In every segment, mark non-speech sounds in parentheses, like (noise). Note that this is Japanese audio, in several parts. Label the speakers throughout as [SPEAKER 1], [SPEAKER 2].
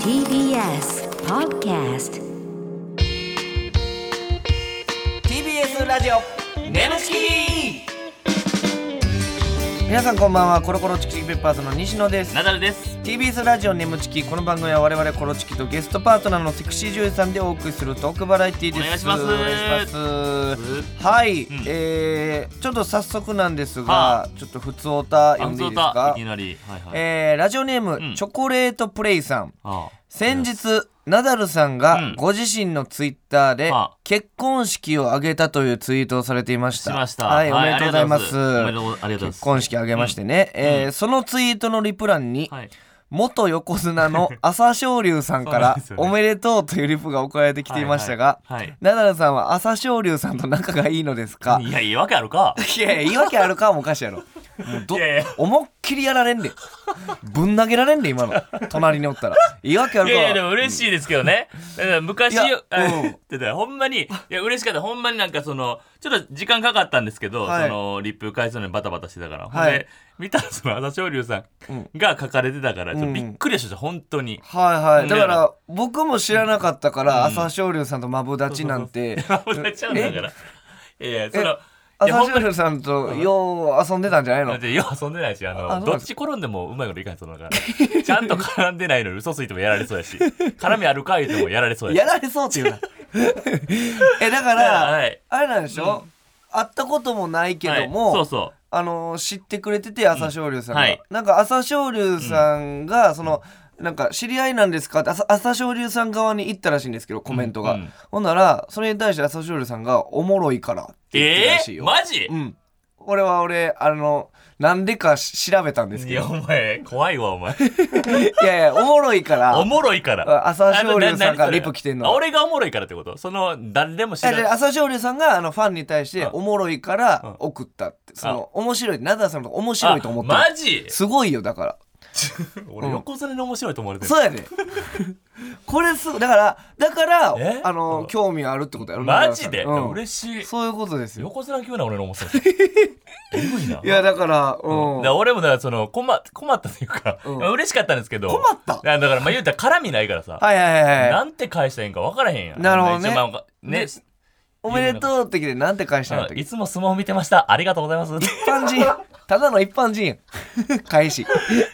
[SPEAKER 1] TBS Podcast
[SPEAKER 2] TBS ラジオネムチキ皆さんこんばんはコロコロチキチキペッパーズの西野です
[SPEAKER 3] ナダルです。
[SPEAKER 2] TBS ラジオネムチキこの番組は我々コロチキとゲストパートナーのセクシー女優さんでお送りするトークバラエティです
[SPEAKER 3] お願いします
[SPEAKER 2] お願いしますはい、
[SPEAKER 3] ん
[SPEAKER 2] えー、ちょっと早速なんですが、
[SPEAKER 3] はあ
[SPEAKER 2] ちょっと普通オタ
[SPEAKER 3] ア
[SPEAKER 2] 読ん
[SPEAKER 3] ン
[SPEAKER 2] でい
[SPEAKER 3] ゾ
[SPEAKER 2] いで
[SPEAKER 3] ー
[SPEAKER 2] すか
[SPEAKER 3] タいきなり。はいはい。
[SPEAKER 2] えー、ラジオネーム、
[SPEAKER 3] うん
[SPEAKER 2] チョコレートプレイさん
[SPEAKER 3] ああ
[SPEAKER 2] 先日ナダルさんが
[SPEAKER 3] うん
[SPEAKER 2] ご自身のツイッターで
[SPEAKER 3] はあ
[SPEAKER 2] 結婚式を挙げたというツイートをされていまし。
[SPEAKER 3] したました。
[SPEAKER 2] はい、おめでとうございま
[SPEAKER 3] ありが
[SPEAKER 2] す
[SPEAKER 3] とう。ございますおめでとうありがとうございます。
[SPEAKER 2] 結婚式挙げましてね、えーそのツイートのリプ欄に、
[SPEAKER 3] はい。
[SPEAKER 2] 元横綱
[SPEAKER 3] (laughs)
[SPEAKER 2] の朝青龍さんか
[SPEAKER 3] そうなん
[SPEAKER 2] ら
[SPEAKER 3] ですよ
[SPEAKER 2] 「お
[SPEAKER 3] ね
[SPEAKER 2] めでとう」というリプが送られてきていましたが、
[SPEAKER 3] はいはい
[SPEAKER 2] ナダルさんは朝青龍さんと仲がいいのですか
[SPEAKER 3] いや、いいわけあるか。
[SPEAKER 2] いやいや言い訳あるかもおかしい
[SPEAKER 3] (laughs)
[SPEAKER 2] やろもうど
[SPEAKER 3] いやいや
[SPEAKER 2] 思いっきりやられんでぶん投げられんで今の隣におったら言い訳あ
[SPEAKER 3] い
[SPEAKER 2] るか
[SPEAKER 3] やいや、でも嬉しいですけどね。だから昔、
[SPEAKER 2] いや
[SPEAKER 3] あ
[SPEAKER 2] うん
[SPEAKER 3] ってたほんまに、いや、嬉しかった。ほんまになんかその、ちょっと時間かかったんですけど、
[SPEAKER 2] はい
[SPEAKER 3] その、リップ返すのにバタバタしてたから。ほん
[SPEAKER 2] は
[SPEAKER 3] で
[SPEAKER 2] い、
[SPEAKER 3] 見たらその、朝青龍さんが書かれてたから、ちょっとびっくりしました、本当に。
[SPEAKER 2] はいはい。だか
[SPEAKER 3] ね
[SPEAKER 2] ら、僕も知らなかったから、朝青龍さんとマブダチ (laughs) なん
[SPEAKER 3] (laughs)
[SPEAKER 2] て、
[SPEAKER 3] 俺ちゃうんだから。いやいや、その、いや
[SPEAKER 2] 朝
[SPEAKER 3] ほんま
[SPEAKER 2] 青
[SPEAKER 3] に
[SPEAKER 2] 龍さんとよう遊んでたんじゃない
[SPEAKER 3] だっ
[SPEAKER 2] の
[SPEAKER 3] てよう遊んでないしあ
[SPEAKER 2] あ
[SPEAKER 3] の
[SPEAKER 2] そうなんです
[SPEAKER 3] どっち転んでもうまいこといかないそうだからちゃんと絡んでないのに嘘ついてもやられそう
[SPEAKER 2] (laughs)
[SPEAKER 3] やし絡みあるか言うてもやられそうやし
[SPEAKER 2] やられそうって
[SPEAKER 3] (laughs)
[SPEAKER 2] いうな。え、だか
[SPEAKER 3] は
[SPEAKER 2] ら
[SPEAKER 3] い、
[SPEAKER 2] あれなんでしょ会ったこともないけども、
[SPEAKER 3] はいそうそ
[SPEAKER 2] あのー知ってくれてて朝青龍さんが、
[SPEAKER 3] うんはい
[SPEAKER 2] なんか朝青龍さんが、そのなんか知り合いなんですかって朝朝青龍さん側に行ったらしいんですけどコメントが、
[SPEAKER 3] うんうん
[SPEAKER 2] ほんならそれに対して朝青龍さんが「おもろいから」って
[SPEAKER 3] う
[SPEAKER 2] 言ってた
[SPEAKER 3] え
[SPEAKER 2] らしい
[SPEAKER 3] ー、
[SPEAKER 2] よ、
[SPEAKER 3] マジ、
[SPEAKER 2] うん俺は俺あのなんでかし調べたんです
[SPEAKER 3] い
[SPEAKER 2] けど
[SPEAKER 3] やお前怖いわお前
[SPEAKER 2] いやいやおもろいから
[SPEAKER 3] おもろいから
[SPEAKER 2] あ朝青龍さんから
[SPEAKER 3] あなな
[SPEAKER 2] リプ来てんの
[SPEAKER 3] あ俺がおもろいからってことその誰でも知ら
[SPEAKER 2] いやで
[SPEAKER 3] ない
[SPEAKER 2] 朝青龍さんがあのファンに対して
[SPEAKER 3] うん
[SPEAKER 2] おもろいから送ったってその面白いナダルさんのこと面白いと思った
[SPEAKER 3] マジ
[SPEAKER 2] すごいよだから
[SPEAKER 3] 俺横綱に面白いと思われてる
[SPEAKER 2] そうやで (laughs) これすごいだからだから
[SPEAKER 3] え
[SPEAKER 2] あの
[SPEAKER 3] うん
[SPEAKER 2] 興味あるってことやろ
[SPEAKER 3] マジで、
[SPEAKER 2] うん
[SPEAKER 3] 嬉しい
[SPEAKER 2] そういうことですよ
[SPEAKER 3] 横綱級な俺の面
[SPEAKER 2] (laughs)
[SPEAKER 3] 白さえぐいない
[SPEAKER 2] やだからう
[SPEAKER 3] だ
[SPEAKER 2] ん
[SPEAKER 3] から俺もだからその困困ったというか、
[SPEAKER 2] うん
[SPEAKER 3] まあ嬉しかったんですけど
[SPEAKER 2] 困った
[SPEAKER 3] いやだからまあ言うたら絡みないからさ、
[SPEAKER 2] はいはいはいはい
[SPEAKER 3] なんて返したらいいんか分からへんやん
[SPEAKER 2] なるほどね
[SPEAKER 3] 一応まあまあね
[SPEAKER 2] ねおめでとうって来てなんて返したんやったっ
[SPEAKER 3] い
[SPEAKER 2] け
[SPEAKER 3] つも相撲見てましたありがとうございます
[SPEAKER 2] 一般人ただの一般人
[SPEAKER 3] (laughs)
[SPEAKER 2] やん返し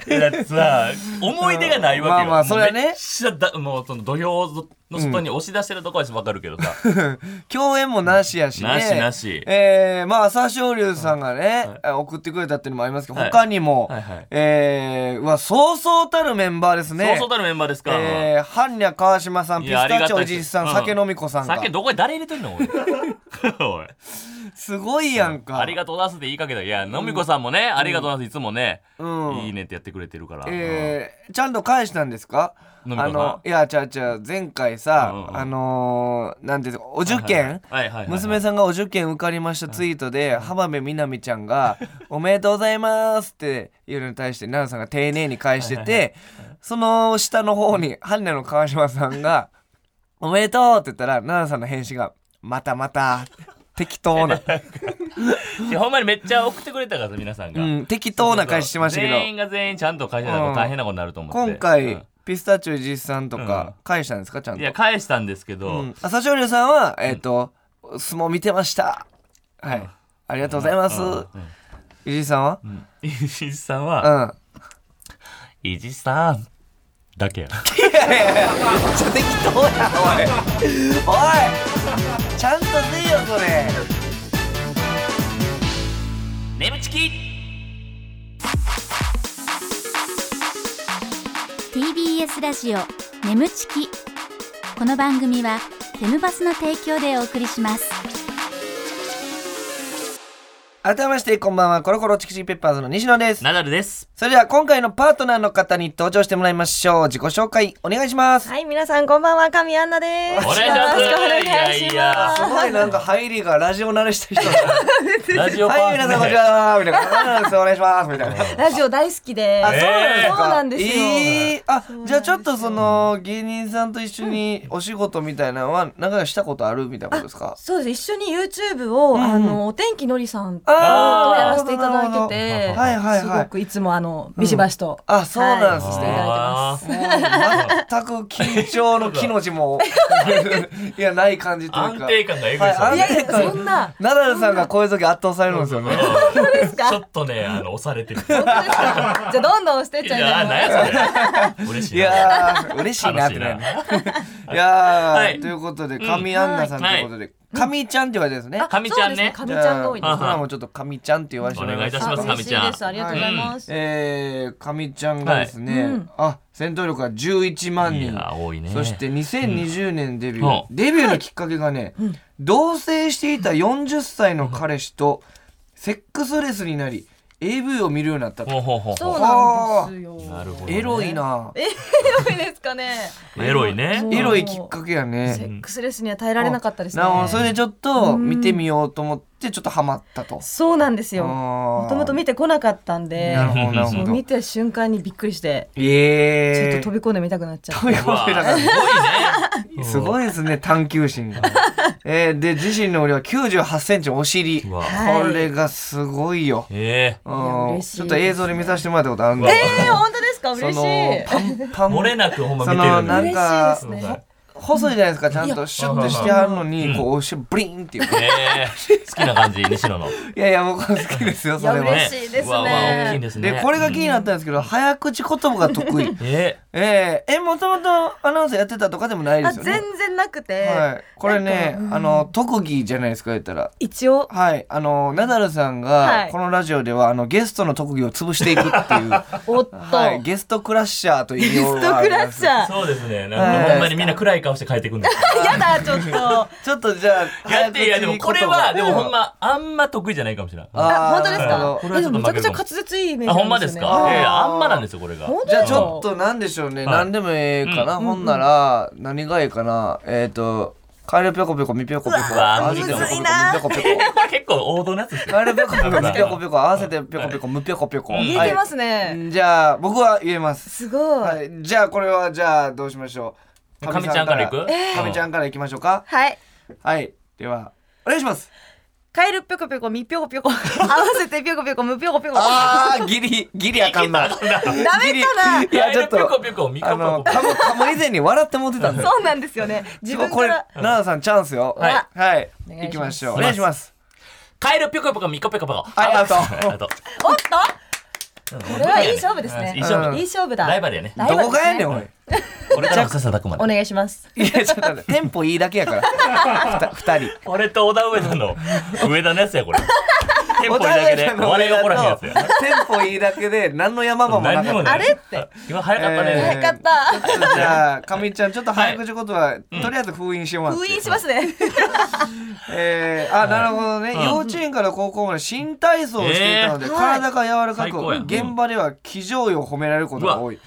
[SPEAKER 3] いやだってさ思い出がないわけ
[SPEAKER 2] (laughs) まあ
[SPEAKER 3] よ
[SPEAKER 2] まあそれはね
[SPEAKER 3] もうめっちゃだもうその土俵の外に押し出してるとこは分かるけどさ、
[SPEAKER 2] 共演もなしやしね
[SPEAKER 3] なしなし
[SPEAKER 2] えー、まあ朝青龍さんがね、
[SPEAKER 3] はい
[SPEAKER 2] あ送ってくれたっていうのもありますけど、
[SPEAKER 3] はい
[SPEAKER 2] 他にも、
[SPEAKER 3] はいはい
[SPEAKER 2] えー、うわそうそうたるメンバー (laughs) ですね
[SPEAKER 3] そうそうたるメンバーですか、
[SPEAKER 2] えー、般若川島さんピ
[SPEAKER 3] い
[SPEAKER 2] ス
[SPEAKER 3] やあり
[SPEAKER 2] タ
[SPEAKER 3] がたい
[SPEAKER 2] チオおじいさん、
[SPEAKER 3] うん
[SPEAKER 2] 酒飲み子さんが
[SPEAKER 3] 酒どこへ誰入れてん (laughs) の俺おい
[SPEAKER 2] すごいやんか、
[SPEAKER 3] ありがとうございますって言いかけたいやのみこさんもね、ありがとうございますいつもね、
[SPEAKER 2] うん
[SPEAKER 3] いいねってやってくれてるから、
[SPEAKER 2] えー、ちゃんと返したんですか
[SPEAKER 3] 飲み子さん
[SPEAKER 2] あのいやちゃうちゃう前回さ、
[SPEAKER 3] うんうん
[SPEAKER 2] あのー、なんていうんですかお受験、
[SPEAKER 3] はいはいはいはい
[SPEAKER 2] 娘さんがお受験受かりましたツイートで浜辺美波ちゃん
[SPEAKER 3] (laughs)
[SPEAKER 2] が「おめでとうございます」っていうのに対して奈良さんが丁寧に返しててその下の方に春菜の川島さんが「おめでとう」って言ったら奈良さんの返信が「またまた」適当
[SPEAKER 3] (laughs)
[SPEAKER 2] な、
[SPEAKER 3] いやほんまにめっちゃ送ってくれたからさ皆さん
[SPEAKER 2] う
[SPEAKER 3] が、
[SPEAKER 2] ん、適当な返ししてましたけど
[SPEAKER 3] 全員が全員ちゃんと返してたら
[SPEAKER 2] うん
[SPEAKER 3] 大変なことになると思って
[SPEAKER 2] 今回、
[SPEAKER 3] うん
[SPEAKER 2] ピスタチオじいさんとか返したんですかちゃんと
[SPEAKER 3] いや返したんですけど、
[SPEAKER 2] うん朝青龍さんは、えっ、と、相撲見てました。はい。ありがとうございます。伊集さんは
[SPEAKER 3] イジスさん
[SPEAKER 2] う
[SPEAKER 3] は
[SPEAKER 2] ん。
[SPEAKER 3] 「イジスさん」だけや
[SPEAKER 2] めっちゃ適当や、おい。おいちゃんとせえよ、それ。
[SPEAKER 3] 「眠ちき
[SPEAKER 1] TBS ラジオ眠ちきこの番組はテムバスの提供でお送りします
[SPEAKER 2] 改めまして、こんばんは。コロコロチキチキペッパーズの西野です」。
[SPEAKER 3] ナダルです
[SPEAKER 2] それでは、今回のパートナーの方に登場してもらいましょう。自己紹介、お願いします。
[SPEAKER 4] はい、皆さんこんばんは、神アンナです。
[SPEAKER 3] お願いします
[SPEAKER 4] よろくお願いします。
[SPEAKER 3] いやいや
[SPEAKER 2] すごいなんか入りがラジオ慣れした人だな
[SPEAKER 3] ラジオパー
[SPEAKER 2] はい、皆さんこんにちはみたいな。そうなんですよお願いします。みたいな。
[SPEAKER 4] ラジオ大好きで。
[SPEAKER 2] あ、そうなんですか。
[SPEAKER 4] そうなんですよ。
[SPEAKER 2] えーあ、じゃあちょっとその芸人さんと一緒にお仕事みたいなのは長くしたことあるみたいなことですか。
[SPEAKER 4] そうです、一緒に YouTube を、あの、お天気のりさんと
[SPEAKER 3] あー
[SPEAKER 4] やらせていただいて
[SPEAKER 2] なる
[SPEAKER 4] て、
[SPEAKER 2] ほどはいはいはい
[SPEAKER 4] すごくいつもあの、ビシバシと、
[SPEAKER 2] あそうなんですね
[SPEAKER 4] していただいてます。
[SPEAKER 2] 全く緊張の気の字
[SPEAKER 3] (laughs)
[SPEAKER 2] もいやない感じという
[SPEAKER 3] 安
[SPEAKER 2] か
[SPEAKER 3] 定感がえぐいですよ
[SPEAKER 2] はい
[SPEAKER 4] い
[SPEAKER 3] ね
[SPEAKER 4] やいやそんな
[SPEAKER 2] ナダルさんがこういう時圧倒されるんですよね
[SPEAKER 4] 本当ですか
[SPEAKER 3] ちょっとねあの押されてる
[SPEAKER 4] 本当ですか (laughs) じゃあどんどん押してっ
[SPEAKER 3] い
[SPEAKER 4] ちゃいま
[SPEAKER 3] や
[SPEAKER 4] す
[SPEAKER 3] ーなんや (laughs) それ嬉し
[SPEAKER 2] い
[SPEAKER 3] いな
[SPEAKER 2] やー嬉しいなってなるねいやー、
[SPEAKER 3] はい
[SPEAKER 2] ということで神アンナさんということで、神ちゃんって言われてるんですね
[SPEAKER 4] あ
[SPEAKER 3] 神ちゃんね
[SPEAKER 4] そうです神ちゃんが多い
[SPEAKER 2] じ
[SPEAKER 4] で
[SPEAKER 2] ゃ
[SPEAKER 4] す
[SPEAKER 2] あ僕らもちょっと神ちゃんって言わせてもらいま
[SPEAKER 3] お願いいたし
[SPEAKER 2] す
[SPEAKER 3] ます
[SPEAKER 4] あ嬉しい
[SPEAKER 3] 神
[SPEAKER 4] で
[SPEAKER 3] ち
[SPEAKER 4] す
[SPEAKER 3] ゃん
[SPEAKER 4] ありがとうございます
[SPEAKER 2] えー、神ちゃんがですね、
[SPEAKER 4] はいうん
[SPEAKER 2] あ戦闘力が11万
[SPEAKER 3] い
[SPEAKER 2] 人
[SPEAKER 3] やー多いね
[SPEAKER 2] そして2020年デビュー、
[SPEAKER 3] う
[SPEAKER 2] デビューのきっかけがね、同棲していた40歳の彼氏とセックスレスになり AV を見るようになった
[SPEAKER 3] ほ
[SPEAKER 2] と
[SPEAKER 3] うほうほう
[SPEAKER 4] そ
[SPEAKER 3] ほ
[SPEAKER 4] うなんですよ
[SPEAKER 3] うなるほどね
[SPEAKER 2] エロいな
[SPEAKER 4] 強いですかね
[SPEAKER 3] まあエロいね
[SPEAKER 4] そう
[SPEAKER 2] エロいきっかけやね
[SPEAKER 4] セックスレスには耐えられなかったですね
[SPEAKER 2] なおそれでちょっと見てみようと思ってちょっとハマったと
[SPEAKER 4] そうなんですよも
[SPEAKER 2] も
[SPEAKER 4] ともと見てこなかったんで
[SPEAKER 2] なるほどなる
[SPEAKER 4] そ
[SPEAKER 2] ほ
[SPEAKER 4] う
[SPEAKER 2] ど
[SPEAKER 4] 見た瞬間にびっくりしてちょっ
[SPEAKER 2] え
[SPEAKER 4] と
[SPEAKER 2] え
[SPEAKER 4] 飛び込んでみたくなっちゃって
[SPEAKER 2] 飛び
[SPEAKER 3] うわ
[SPEAKER 2] 込んでたか
[SPEAKER 3] ー
[SPEAKER 2] ら
[SPEAKER 3] すごいね
[SPEAKER 2] すごいですね探求心
[SPEAKER 4] (laughs)
[SPEAKER 2] がえーで自身の俺は9 8センチのお尻
[SPEAKER 3] う
[SPEAKER 2] こ
[SPEAKER 3] わ
[SPEAKER 4] はい
[SPEAKER 2] れがすごいよ
[SPEAKER 3] え
[SPEAKER 2] う
[SPEAKER 4] や
[SPEAKER 2] ん
[SPEAKER 4] 嬉しい
[SPEAKER 2] ちょっと映像で見させてもらったことあるんで
[SPEAKER 4] えー、本当ですか
[SPEAKER 2] そ
[SPEAKER 4] 嬉しい
[SPEAKER 2] のパンパ
[SPEAKER 3] ー
[SPEAKER 2] ン
[SPEAKER 3] 漏れなくほんま見て
[SPEAKER 2] その
[SPEAKER 3] る
[SPEAKER 2] な
[SPEAKER 3] ね
[SPEAKER 2] ん
[SPEAKER 4] 嬉
[SPEAKER 2] か
[SPEAKER 4] しいですね
[SPEAKER 2] 細いじゃないですかちゃんとシュッとしてあるのにこうお尻ブリンっていう
[SPEAKER 3] えー好きな感じ西野の
[SPEAKER 2] いやいや僕は好きですよ
[SPEAKER 4] い
[SPEAKER 2] そ
[SPEAKER 4] や
[SPEAKER 2] れは
[SPEAKER 4] 嬉しいです
[SPEAKER 3] うわうわ大きい
[SPEAKER 4] ね
[SPEAKER 3] ですね
[SPEAKER 2] でこれが気になったんですけど早口言葉が得意
[SPEAKER 3] え
[SPEAKER 2] えーえもともとアナウンサーやってたとかでもないで
[SPEAKER 4] あ
[SPEAKER 2] すよね
[SPEAKER 4] 全然なくて、
[SPEAKER 2] はい、これね、
[SPEAKER 4] なんか
[SPEAKER 2] あの特技じゃないですか言ったら
[SPEAKER 4] 一応
[SPEAKER 2] はいあのナダルさん
[SPEAKER 4] は
[SPEAKER 2] が
[SPEAKER 4] い
[SPEAKER 2] このラジオでは、あのゲストの特技を潰していくっていう、
[SPEAKER 4] おっと、
[SPEAKER 2] はい、ゲストクラッシャーという
[SPEAKER 4] ゲストクラッシャ
[SPEAKER 3] ー
[SPEAKER 4] ー
[SPEAKER 3] そうですね
[SPEAKER 2] は
[SPEAKER 3] なん
[SPEAKER 2] い
[SPEAKER 3] かほんまにみんな暗い顔して帰ってくんですよ
[SPEAKER 4] やだちょっ
[SPEAKER 2] (laughs)
[SPEAKER 4] と
[SPEAKER 2] ちょっとじゃあ
[SPEAKER 3] いやっていやでもこれはでもほん
[SPEAKER 2] ま
[SPEAKER 3] まあんま得意じゃないかもしれない
[SPEAKER 2] あ
[SPEAKER 3] あ
[SPEAKER 4] あ本当です
[SPEAKER 2] なるほ
[SPEAKER 4] か
[SPEAKER 3] どこれはちょっと
[SPEAKER 4] えでもめちゃくちゃ
[SPEAKER 3] 負けるかも
[SPEAKER 4] 滑舌いいイメージ
[SPEAKER 3] ほんま
[SPEAKER 4] なん
[SPEAKER 3] で
[SPEAKER 4] です
[SPEAKER 3] す
[SPEAKER 4] よね
[SPEAKER 3] か
[SPEAKER 2] あー
[SPEAKER 3] いやいやあんまなんですよこれが
[SPEAKER 4] 本当
[SPEAKER 2] じゃあ
[SPEAKER 4] だ
[SPEAKER 2] ちょっとなんでしょうね、
[SPEAKER 3] はい
[SPEAKER 2] 何でもええかな、ほんなら、何がええかなえっ、とカエルぴょこぴょこみぴょこぴょこ
[SPEAKER 3] うわ
[SPEAKER 2] あずきの
[SPEAKER 3] む
[SPEAKER 4] ずいな
[SPEAKER 2] ぴょこぴょこぴょこ
[SPEAKER 3] これ結構王道のやつですよ
[SPEAKER 2] カエルぴょこぴょこみぴょこぴょ
[SPEAKER 3] (laughs)
[SPEAKER 2] こ合わせてぴょこぴょこむぴょこぴょこ
[SPEAKER 4] 言えてます
[SPEAKER 2] は
[SPEAKER 4] ね、
[SPEAKER 2] いじゃあ僕は言えます
[SPEAKER 4] すごい、
[SPEAKER 2] はい、じゃあこれはじゃあどうしましょう。
[SPEAKER 3] かみちゃんからいく
[SPEAKER 2] かみちゃ
[SPEAKER 3] ん
[SPEAKER 2] んからいきましょうか。
[SPEAKER 4] はい
[SPEAKER 2] はい、ではお願いします。
[SPEAKER 4] カエルぴょこぴょこみぴょこぴょこ合わせてぴょこぴょこむぴょこぴょこ
[SPEAKER 2] ああギリギリあかん
[SPEAKER 3] (laughs)
[SPEAKER 2] な。
[SPEAKER 4] ダメかな
[SPEAKER 2] ギリいやちょっ
[SPEAKER 3] ピコ
[SPEAKER 2] と
[SPEAKER 3] ピコミコ
[SPEAKER 2] あ
[SPEAKER 3] ピ
[SPEAKER 2] の
[SPEAKER 3] コ
[SPEAKER 2] かもかも以前に笑って持ってたんで。
[SPEAKER 4] そうなんですよね自分
[SPEAKER 2] こ
[SPEAKER 4] か
[SPEAKER 2] れ
[SPEAKER 4] ら
[SPEAKER 2] 奈々さんチャンスよ。
[SPEAKER 3] はい
[SPEAKER 2] はい
[SPEAKER 4] お願いし
[SPEAKER 2] 行き
[SPEAKER 4] ます
[SPEAKER 2] ましょう。お
[SPEAKER 3] お
[SPEAKER 2] 願
[SPEAKER 3] 願
[SPEAKER 2] い
[SPEAKER 3] い
[SPEAKER 2] し
[SPEAKER 3] し
[SPEAKER 2] ます。
[SPEAKER 3] カエルピコピコミコピコピコ
[SPEAKER 2] いアウト
[SPEAKER 3] アウト
[SPEAKER 4] おっとこれはいい勝負です
[SPEAKER 3] う
[SPEAKER 4] ね
[SPEAKER 3] んいい勝
[SPEAKER 2] 負
[SPEAKER 4] いい勝負だ
[SPEAKER 3] ライバルやね
[SPEAKER 4] ライバ
[SPEAKER 2] ど
[SPEAKER 4] ル
[SPEAKER 2] こが
[SPEAKER 4] です
[SPEAKER 2] や
[SPEAKER 4] ね
[SPEAKER 2] ねんおい。
[SPEAKER 3] 俺からささだくま
[SPEAKER 4] お
[SPEAKER 3] で
[SPEAKER 4] 願いします
[SPEAKER 2] いやちょっと待ってテンポいいだけや
[SPEAKER 3] (laughs)
[SPEAKER 2] から。ふた二人。
[SPEAKER 3] 俺と小田上田の (laughs) 上田のやつやこれテンポいいだけで
[SPEAKER 2] お互いの
[SPEAKER 3] 笑いが起こらへんやつや
[SPEAKER 2] テンポいいだけで何の山場もな
[SPEAKER 3] 何
[SPEAKER 2] か
[SPEAKER 3] に
[SPEAKER 2] っ
[SPEAKER 3] も
[SPEAKER 2] た。
[SPEAKER 3] ない
[SPEAKER 4] あれって
[SPEAKER 3] 今早かった
[SPEAKER 2] えー
[SPEAKER 3] ね
[SPEAKER 4] 早かった
[SPEAKER 2] ちょっとじゃあかみちゃんちょっと早口言葉、とりあえず封印してもらって。
[SPEAKER 4] 封印しますね
[SPEAKER 2] えー、あ、なるほどね、
[SPEAKER 3] うん
[SPEAKER 2] 幼稚園から高校まで新体操をしていたので、
[SPEAKER 4] えー
[SPEAKER 2] 体が柔らかく、
[SPEAKER 3] はい最高や
[SPEAKER 2] 現場では騎乗位を褒められることが多い、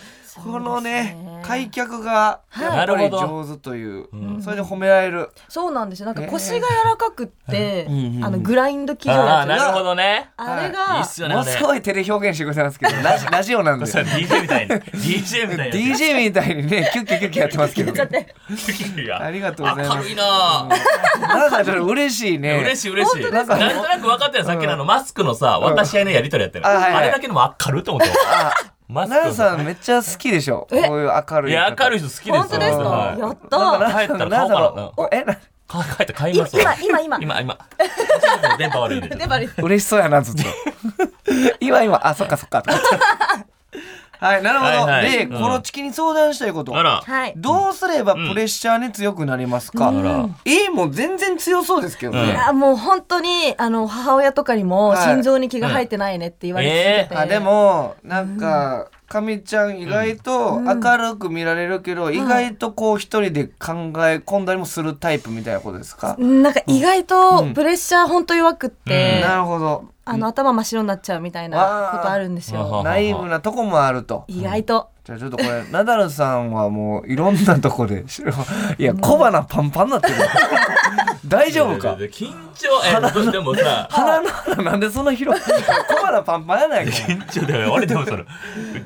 [SPEAKER 2] このね開脚がやっぱり上手という、
[SPEAKER 3] うん
[SPEAKER 2] それで褒められる、
[SPEAKER 4] そうなんですよなんか腰が柔らかくって
[SPEAKER 2] うんうん
[SPEAKER 4] あのグラインド機能
[SPEAKER 3] ああ
[SPEAKER 4] や
[SPEAKER 3] ー
[SPEAKER 4] つ
[SPEAKER 3] なるほどね
[SPEAKER 4] あれ
[SPEAKER 3] いいっ
[SPEAKER 4] が
[SPEAKER 3] すよね
[SPEAKER 2] も
[SPEAKER 3] あ
[SPEAKER 2] う
[SPEAKER 3] れ
[SPEAKER 2] すごいテレ表現してくれてますけど
[SPEAKER 3] (laughs)
[SPEAKER 2] ラジラジオなんで
[SPEAKER 3] そう DJ みたいに DJ みたいに
[SPEAKER 2] DJ みたいにねキュッキュキュッキュやってますけ
[SPEAKER 3] (laughs)
[SPEAKER 2] ど
[SPEAKER 4] ちょっと待って
[SPEAKER 2] あ
[SPEAKER 3] あ
[SPEAKER 2] りがとうございます
[SPEAKER 3] 明るいなぁ
[SPEAKER 2] なんかちょっと嬉しいね
[SPEAKER 3] 嬉しい嬉しい
[SPEAKER 4] 本当
[SPEAKER 3] な
[SPEAKER 2] で
[SPEAKER 3] ん
[SPEAKER 2] すか
[SPEAKER 3] となく分かったよさっきのあのマスクのさ渡し合いのやりとりやったよ
[SPEAKER 2] あはいはい
[SPEAKER 3] あれだけでも明るいと思ったよ
[SPEAKER 2] あ
[SPEAKER 3] マスク
[SPEAKER 2] 奈良
[SPEAKER 3] の
[SPEAKER 2] さんめっちゃ好きでしょこういう明るい
[SPEAKER 3] いや明るい
[SPEAKER 2] 人
[SPEAKER 3] 人好きですよ
[SPEAKER 4] 本当ですか
[SPEAKER 3] はい
[SPEAKER 4] や
[SPEAKER 2] な
[SPEAKER 4] っ
[SPEAKER 2] ん
[SPEAKER 4] た
[SPEAKER 2] か奈良さん奈良さんのえな
[SPEAKER 3] か帰った買い
[SPEAKER 4] 今
[SPEAKER 3] ますわ
[SPEAKER 4] 今今
[SPEAKER 3] 今 (laughs)
[SPEAKER 4] 今
[SPEAKER 3] 今電波悪いんでちょっと
[SPEAKER 4] 粘り
[SPEAKER 2] 嬉しそうやなずっと今今あそっかそっ
[SPEAKER 3] (laughs)
[SPEAKER 2] かと思ってはいなるほど、
[SPEAKER 3] はいはい
[SPEAKER 2] で、
[SPEAKER 3] うん
[SPEAKER 2] コロチキに相談したいこと
[SPEAKER 3] あら
[SPEAKER 4] はい
[SPEAKER 2] どうすればプレッシャーに強くなりますか、
[SPEAKER 3] あら
[SPEAKER 2] えもう全然強そうですけど
[SPEAKER 3] うん
[SPEAKER 4] い
[SPEAKER 2] ね、
[SPEAKER 4] やもう本当にあの母親とかにも
[SPEAKER 2] はい
[SPEAKER 4] 心臓に気が入ってないねって言われてて
[SPEAKER 2] あでもなんかかみちゃん意外と明るく見られるけど、意外とこう一人で考え込んだりもするタイプみたいなことですか、
[SPEAKER 4] なんか意外とプレッシャー本当弱くって
[SPEAKER 2] なるほど
[SPEAKER 4] あの頭真っ白になっちゃうみたいなことあるんです
[SPEAKER 3] わー
[SPEAKER 4] よ
[SPEAKER 3] はは
[SPEAKER 2] ナイーブなとこもあると
[SPEAKER 4] 意外と
[SPEAKER 2] じゃあちょっとこれナダルさんはもういろんなとこで
[SPEAKER 3] (laughs)
[SPEAKER 2] いや小鼻パンパンになってる大丈夫か
[SPEAKER 3] いやいやいや緊張えでもさ
[SPEAKER 2] 鼻の穴なんでそんな
[SPEAKER 3] (laughs)
[SPEAKER 2] 広く小鼻パンパンやないか
[SPEAKER 3] 緊張だよ俺でもその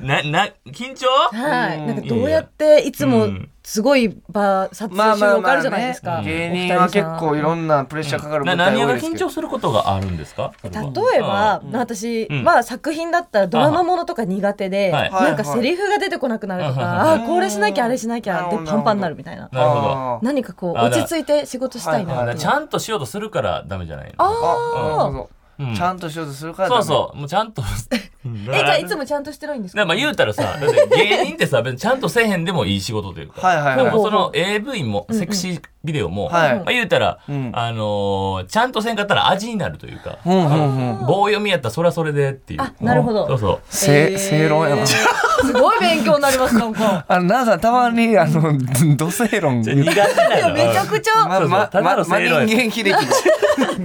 [SPEAKER 3] なな緊張
[SPEAKER 4] は
[SPEAKER 2] う
[SPEAKER 4] い
[SPEAKER 2] ん
[SPEAKER 4] なんかどうやっていつも
[SPEAKER 3] うん
[SPEAKER 4] すごい場撮
[SPEAKER 2] まあま
[SPEAKER 4] 影収
[SPEAKER 2] あ
[SPEAKER 4] 録
[SPEAKER 2] ま
[SPEAKER 4] あ
[SPEAKER 2] あ
[SPEAKER 4] るじゃない
[SPEAKER 2] ね
[SPEAKER 4] ですか、
[SPEAKER 2] 芸人は結構いろ
[SPEAKER 4] な。
[SPEAKER 2] んなプレッシャーかかる
[SPEAKER 3] な
[SPEAKER 2] 舞台
[SPEAKER 3] 何
[SPEAKER 2] 多
[SPEAKER 3] が
[SPEAKER 2] いです
[SPEAKER 3] 緊
[SPEAKER 2] けど
[SPEAKER 3] 張することがあるんですか
[SPEAKER 4] 例えば、
[SPEAKER 2] うん
[SPEAKER 4] 私、
[SPEAKER 3] うん
[SPEAKER 4] まあ作品だったらドラマものとか苦手で、
[SPEAKER 3] はい
[SPEAKER 4] なんかセリフが出てこなくなるとか、
[SPEAKER 3] はい
[SPEAKER 2] はい
[SPEAKER 4] あーこれしなきゃあれしなき
[SPEAKER 2] う
[SPEAKER 4] ゃ
[SPEAKER 2] ん
[SPEAKER 4] でパンパンになるみたいな
[SPEAKER 3] あなるほど
[SPEAKER 2] あー
[SPEAKER 4] 何かこう
[SPEAKER 3] あ
[SPEAKER 4] 落ち着いて仕事したいな
[SPEAKER 2] はい
[SPEAKER 3] あ
[SPEAKER 2] はい
[SPEAKER 3] ちゃんとしようとするからダメじゃないの
[SPEAKER 4] あ
[SPEAKER 2] あなるほ
[SPEAKER 4] あ、
[SPEAKER 2] ど
[SPEAKER 3] うん
[SPEAKER 2] ちゃんとしようとするから
[SPEAKER 3] そうそうもうちゃんとえ
[SPEAKER 4] (laughs) えじゃあいつもちゃんとしてないんですか
[SPEAKER 3] でまあ言うたらさ、だって芸人ってさ、別にちゃんとせえへんでもいい仕事というか。
[SPEAKER 2] はいはいはい
[SPEAKER 3] でもその AV も、
[SPEAKER 4] うんうん
[SPEAKER 3] セクシービデオも、
[SPEAKER 2] はい
[SPEAKER 3] まあ言うたら、
[SPEAKER 2] うん
[SPEAKER 3] あのーちゃんとせんかったら味になるというか、
[SPEAKER 2] うんうんうん
[SPEAKER 3] 棒読みやったらそりゃそれでっていう。
[SPEAKER 4] あなるほど
[SPEAKER 3] そうそう。
[SPEAKER 2] せ
[SPEAKER 4] えー
[SPEAKER 2] 正論やな
[SPEAKER 4] すごい勉強になりますなんか
[SPEAKER 2] あの奈々さんたまにあの
[SPEAKER 3] (laughs)
[SPEAKER 2] 土正論
[SPEAKER 3] じゃあ苦手なの。
[SPEAKER 4] めちゃくちゃ
[SPEAKER 2] ま
[SPEAKER 3] そう
[SPEAKER 2] ま
[SPEAKER 3] ただの
[SPEAKER 2] ま
[SPEAKER 3] 正論や
[SPEAKER 2] 真人間秀樹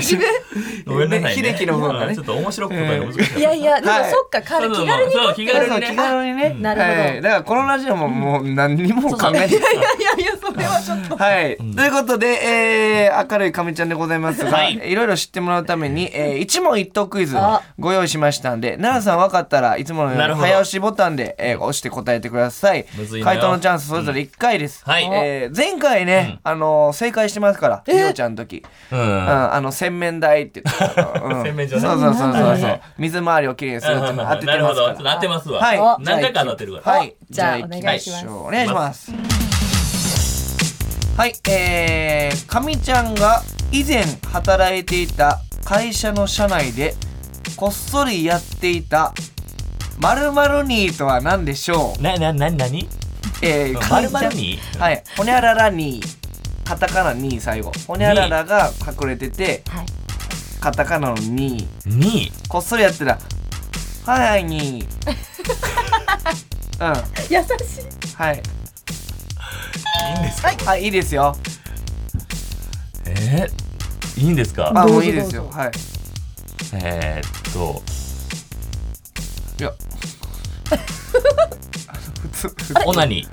[SPEAKER 4] 真面
[SPEAKER 3] ごめんなさい、ね。
[SPEAKER 2] ね秀樹の方がね
[SPEAKER 3] うんちょっと面白く答えが難し
[SPEAKER 2] (laughs)
[SPEAKER 3] い。
[SPEAKER 4] 目いやいやでも
[SPEAKER 2] はい
[SPEAKER 4] そっ
[SPEAKER 3] そ
[SPEAKER 4] か
[SPEAKER 3] う
[SPEAKER 4] 彼
[SPEAKER 3] そうそ
[SPEAKER 4] 気
[SPEAKER 3] う
[SPEAKER 4] 軽に
[SPEAKER 3] そう気軽に
[SPEAKER 2] そう
[SPEAKER 3] ね
[SPEAKER 2] 気。軽にね
[SPEAKER 4] なるほど
[SPEAKER 2] はい、だからこのラジオももう何にも考えて
[SPEAKER 4] いやいやいやそれはちょっ
[SPEAKER 2] (laughs)
[SPEAKER 4] と
[SPEAKER 2] はい、ということで、えー、明るいかみちゃんでございますが、い、ろいろ知ってもらうために、えー、一問一答クイズ
[SPEAKER 4] あ
[SPEAKER 2] ご用意しましたんで奈良さん分かったらいつものよ
[SPEAKER 3] な
[SPEAKER 2] うに
[SPEAKER 3] るほど
[SPEAKER 2] 早押しボタンで、えー押して答えてください
[SPEAKER 3] むずいなよ
[SPEAKER 2] 回答のチャンスそれぞれ1回です、
[SPEAKER 3] はい
[SPEAKER 2] えー前回ね、あのー正解してますからりょうちゃんの時、うん、
[SPEAKER 3] う
[SPEAKER 2] あの洗面台って言って
[SPEAKER 3] (laughs)
[SPEAKER 2] た、うん
[SPEAKER 3] 洗面所ね
[SPEAKER 2] そうそうそうそう
[SPEAKER 4] うん
[SPEAKER 2] そう水回りをきれいにするっていうの当ててますから
[SPEAKER 3] なるほど。ちょっと当てますわ。
[SPEAKER 2] はい
[SPEAKER 4] あ
[SPEAKER 3] 何回か当たってるから。
[SPEAKER 2] はい、
[SPEAKER 4] じゃあ
[SPEAKER 2] 行きょう
[SPEAKER 4] お
[SPEAKER 2] お願いします。はい、えー、かみちゃんが以前働いていた会社の社内でこっそりやっていたまるまるにーとは何でしょう。
[SPEAKER 3] な、な、な、なに
[SPEAKER 2] えー、
[SPEAKER 3] まるまる
[SPEAKER 2] かみ
[SPEAKER 3] に
[SPEAKER 2] ちゃんはい、ほにゃららにー、カタカナにー最後、ほにゃららが隠れてて
[SPEAKER 4] はい
[SPEAKER 2] カタカナのにー。
[SPEAKER 3] に
[SPEAKER 2] こっそりやってた。はいはいにー。うん、
[SPEAKER 4] 優しい
[SPEAKER 2] はい。
[SPEAKER 3] いいんですか
[SPEAKER 2] あ、いいですよ。
[SPEAKER 3] えーいいんですか
[SPEAKER 2] あ、
[SPEAKER 4] どうぞ
[SPEAKER 2] もういいですよ。
[SPEAKER 4] どう
[SPEAKER 2] はい。
[SPEAKER 3] えーっと、
[SPEAKER 2] いや。普通普
[SPEAKER 3] オナニ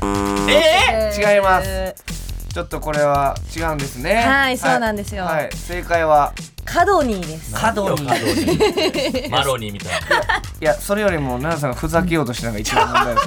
[SPEAKER 3] ー。
[SPEAKER 2] 違います
[SPEAKER 4] え
[SPEAKER 2] 通ちょっとこれは違うんですね。
[SPEAKER 4] はいそうなんですよ
[SPEAKER 2] はい、正解は
[SPEAKER 4] ーカドニーです
[SPEAKER 2] 角に。
[SPEAKER 3] に。マロニーみたいな。
[SPEAKER 2] いや、それよりも奈々さんがふざけようとしたのが一番問題
[SPEAKER 4] (laughs)
[SPEAKER 2] です。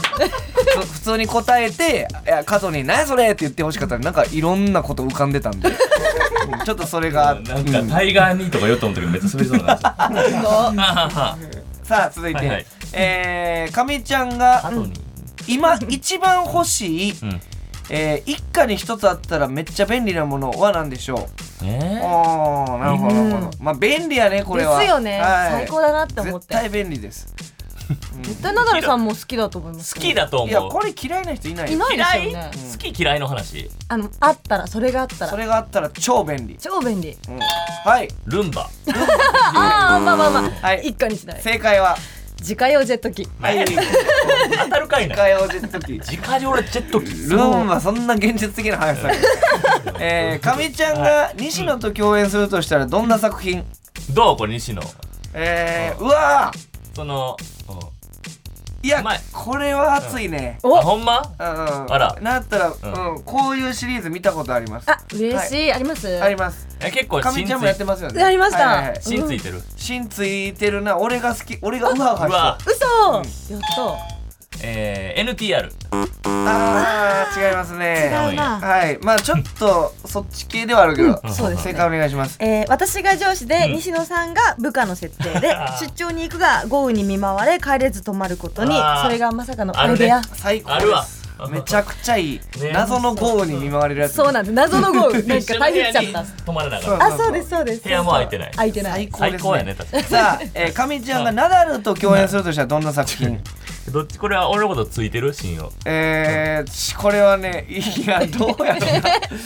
[SPEAKER 2] ふつ普通に答えて、いや、角に何やそれって言ってほしかったら、なんかいろんなこと浮かんでたんで。 (laughs) うんちょっとそれが、
[SPEAKER 3] な
[SPEAKER 2] うん
[SPEAKER 3] んかタイガーニーとか言おうと思ったけどめっちゃ滑りそうになっちゃっ
[SPEAKER 4] あ
[SPEAKER 3] た。
[SPEAKER 2] さあ、続いて、
[SPEAKER 3] はいはい
[SPEAKER 2] えー、かみちゃんが
[SPEAKER 3] マロニー。
[SPEAKER 2] 今一番欲しい。
[SPEAKER 3] うん。
[SPEAKER 2] えー、一家に一つあったらめっちゃ便利なものは何でしょう
[SPEAKER 3] えー
[SPEAKER 2] ああなるほどなるほどまあ便利やねこれは
[SPEAKER 4] ですよね
[SPEAKER 2] はい
[SPEAKER 4] 最高だなって思って
[SPEAKER 2] 絶対便利です
[SPEAKER 4] 絶対ナダルさんも好きだと思います
[SPEAKER 3] 好きだと
[SPEAKER 2] いや
[SPEAKER 3] 思う
[SPEAKER 2] こ。れ嫌いな人いない
[SPEAKER 4] い
[SPEAKER 2] よ
[SPEAKER 4] ないですよ
[SPEAKER 3] 嫌
[SPEAKER 4] ね
[SPEAKER 3] い好き嫌いの話。
[SPEAKER 4] あのあったらそれがあった
[SPEAKER 2] そ
[SPEAKER 4] ら
[SPEAKER 2] れがあったら超便利
[SPEAKER 4] 超便利
[SPEAKER 2] うんはい
[SPEAKER 3] ルンバ。
[SPEAKER 4] ああまあまあまあ、
[SPEAKER 2] はい
[SPEAKER 4] 一家にしない
[SPEAKER 2] 正解は
[SPEAKER 4] 自家用ジェット機
[SPEAKER 2] はい
[SPEAKER 3] 当たるかいな。
[SPEAKER 2] 解をジェット
[SPEAKER 4] (laughs)
[SPEAKER 2] 機
[SPEAKER 3] 自家用ジェット機。
[SPEAKER 2] ルーンはそんな現実的な話
[SPEAKER 3] (laughs)
[SPEAKER 2] さえー、かみちゃんが西野と共演するとしたらどんな作品
[SPEAKER 3] どうこれ西野。
[SPEAKER 2] えー、うわ
[SPEAKER 3] その、
[SPEAKER 2] ーいや
[SPEAKER 3] うまい
[SPEAKER 2] これは熱いね
[SPEAKER 3] うんあ
[SPEAKER 4] お
[SPEAKER 3] ほんま
[SPEAKER 2] うんうん
[SPEAKER 3] あら
[SPEAKER 2] なったら、
[SPEAKER 3] ん
[SPEAKER 2] うん、こういうシリーズ見たことあります
[SPEAKER 4] あ嬉しい、あります
[SPEAKER 2] あります
[SPEAKER 3] え結構
[SPEAKER 2] か
[SPEAKER 3] 芯
[SPEAKER 2] み
[SPEAKER 3] つ
[SPEAKER 2] ちゃんもや
[SPEAKER 3] い
[SPEAKER 2] ってますよね
[SPEAKER 4] やりました、
[SPEAKER 2] はいはいはい
[SPEAKER 3] 芯ついてる。
[SPEAKER 2] 芯ついてるな俺が好き俺がウハウハし
[SPEAKER 3] う
[SPEAKER 2] て
[SPEAKER 3] わ
[SPEAKER 2] あ。
[SPEAKER 4] 嘘、やった
[SPEAKER 3] えー NTR。
[SPEAKER 2] あー違いますね
[SPEAKER 4] 違うな
[SPEAKER 2] はいまあちょっとそっち系ではあるけど、
[SPEAKER 3] うん
[SPEAKER 4] そうです
[SPEAKER 2] 正
[SPEAKER 4] ね
[SPEAKER 2] 解お願いします
[SPEAKER 4] えー、私が上司で、
[SPEAKER 3] うん
[SPEAKER 4] 西野さんが部下の設
[SPEAKER 2] (laughs)
[SPEAKER 4] 定で出張に行くが豪雨に見舞われ帰れず泊まることに
[SPEAKER 3] あー
[SPEAKER 4] それがまさかの
[SPEAKER 3] あ
[SPEAKER 4] ア
[SPEAKER 3] る
[SPEAKER 4] イ
[SPEAKER 3] ね
[SPEAKER 4] デア、
[SPEAKER 2] 最高
[SPEAKER 3] あるわ
[SPEAKER 2] ですめちゃくちゃいい、
[SPEAKER 3] ね
[SPEAKER 2] 謎の豪雨に見舞われるやつ
[SPEAKER 4] そうなんです謎の豪雨なんか大変ちゃ
[SPEAKER 3] 一緒の部屋
[SPEAKER 4] っ
[SPEAKER 3] に泊まらなか
[SPEAKER 2] そ
[SPEAKER 3] っ
[SPEAKER 2] う
[SPEAKER 3] た。
[SPEAKER 4] たあそうですそうです
[SPEAKER 3] 部屋も空いてない。
[SPEAKER 4] 空いてな
[SPEAKER 2] 最
[SPEAKER 4] い
[SPEAKER 2] 高です、ね、
[SPEAKER 3] 最高やね確かに。
[SPEAKER 2] さあ、えー、かみちゃんがナダルと共演するとしたらどんな作品
[SPEAKER 3] どっちこれは俺のことついてる信用。
[SPEAKER 2] えー、ちこれはねいやどうやろ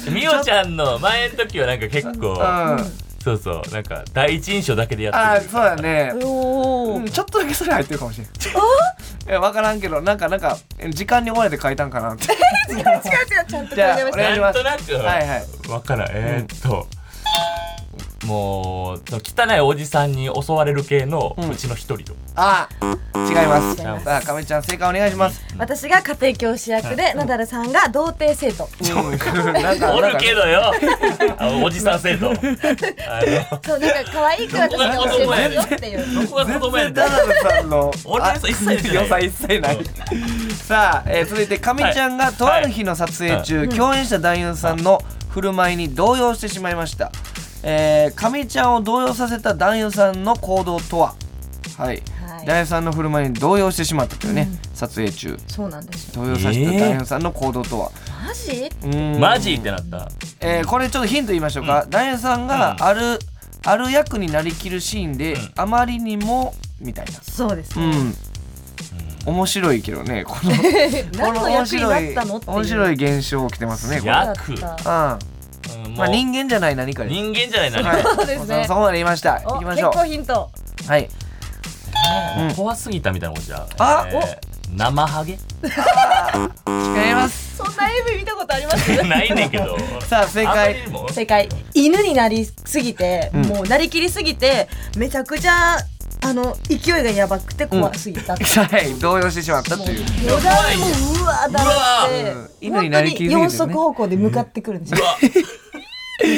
[SPEAKER 2] う
[SPEAKER 3] みおちゃんの前の時はなんか結構、
[SPEAKER 2] なうん
[SPEAKER 3] そうそうなんか第一印象だけでや
[SPEAKER 2] あ
[SPEAKER 3] っ
[SPEAKER 2] あ
[SPEAKER 3] てる。
[SPEAKER 2] そうだね、
[SPEAKER 4] おお、
[SPEAKER 2] うん、ちょっとだけそれ入ってるかもしれん (laughs) え分からんけどなんかなんかえ時間に追われて書いたんかなって
[SPEAKER 4] (laughs) 違う違う違うちゃんと考えまし
[SPEAKER 2] じゃあお願い
[SPEAKER 4] た
[SPEAKER 2] し
[SPEAKER 3] な
[SPEAKER 2] ま
[SPEAKER 3] ん
[SPEAKER 2] す
[SPEAKER 3] となく
[SPEAKER 2] はいはい
[SPEAKER 3] わからん。えーっと、もうその汚いおじさんに襲われる系の
[SPEAKER 2] うん
[SPEAKER 3] うちの一人と、
[SPEAKER 2] あ違います
[SPEAKER 4] 違います
[SPEAKER 2] さあ亀ちゃん正解お願いします
[SPEAKER 4] 私が家庭教師役で、ナダルさんが童貞生徒。
[SPEAKER 2] なんか
[SPEAKER 3] おるけど
[SPEAKER 2] (laughs)
[SPEAKER 3] よあのおじさん生徒あの
[SPEAKER 4] そう、なんか可愛い子は私が教えますよっていう。
[SPEAKER 3] 僕は子供や
[SPEAKER 2] 全然
[SPEAKER 3] ん
[SPEAKER 2] ダダルさんの
[SPEAKER 3] 俺の良さ一切ない
[SPEAKER 2] 良さ一切ない
[SPEAKER 3] うん
[SPEAKER 2] さあ、えー続いてかみちゃんがとある日の撮影中、共演した男優さんの振る舞いに動揺してしまいましたえーかみちゃんを動揺させた男優さんの行動とははい、
[SPEAKER 4] はい
[SPEAKER 2] 男優さんの振る舞いに動揺してしまったというね、撮影中
[SPEAKER 4] そうなんですよ。
[SPEAKER 2] 動揺させた男優さんの行動とは、
[SPEAKER 4] マジ
[SPEAKER 2] うーん
[SPEAKER 3] マジってなった
[SPEAKER 2] えーこれちょっとヒント言いましょうか、男優さんがある、ある役になりきるシーンで、
[SPEAKER 3] うん
[SPEAKER 2] あまりにもみたいな
[SPEAKER 4] そうです
[SPEAKER 2] う
[SPEAKER 4] ね。
[SPEAKER 2] ん面白いけどねこの
[SPEAKER 4] 何
[SPEAKER 2] この
[SPEAKER 4] の
[SPEAKER 2] 面
[SPEAKER 4] 役に
[SPEAKER 2] 白
[SPEAKER 4] なっ
[SPEAKER 2] い
[SPEAKER 4] たのっていう。
[SPEAKER 2] 面白い現象起きてますねこれ
[SPEAKER 3] や
[SPEAKER 2] うん
[SPEAKER 3] 役
[SPEAKER 4] だった
[SPEAKER 2] ま
[SPEAKER 3] うんもう
[SPEAKER 2] あ人間じゃない何かです
[SPEAKER 3] 人間じゃない何か
[SPEAKER 2] はい
[SPEAKER 4] そうですね
[SPEAKER 2] もそこまで言いました行
[SPEAKER 4] お
[SPEAKER 2] きま
[SPEAKER 4] 結
[SPEAKER 2] しょ
[SPEAKER 4] 構ヒント。
[SPEAKER 2] うはい
[SPEAKER 3] もう怖すぎたみたいなもんじゃ
[SPEAKER 2] あ
[SPEAKER 3] お生ハゲ (laughs)
[SPEAKER 2] 違います
[SPEAKER 4] そんな AV 見たことあ
[SPEAKER 3] (laughs)
[SPEAKER 4] ります？
[SPEAKER 3] ないねんけど
[SPEAKER 2] さあ正
[SPEAKER 3] あまり
[SPEAKER 2] 解
[SPEAKER 3] にも
[SPEAKER 4] 正解。犬になりすぎて、
[SPEAKER 2] うん
[SPEAKER 4] もうなりきりすぎて、めちゃくちゃあの勢いがやばくて怖すぎた。
[SPEAKER 2] はい動揺してしまったという
[SPEAKER 4] よだれもうわーだ
[SPEAKER 2] うわ
[SPEAKER 4] ら
[SPEAKER 2] ー
[SPEAKER 4] って、
[SPEAKER 2] 犬になりきりすぎてね
[SPEAKER 4] 本当に四足歩行で向かってくるんですよ。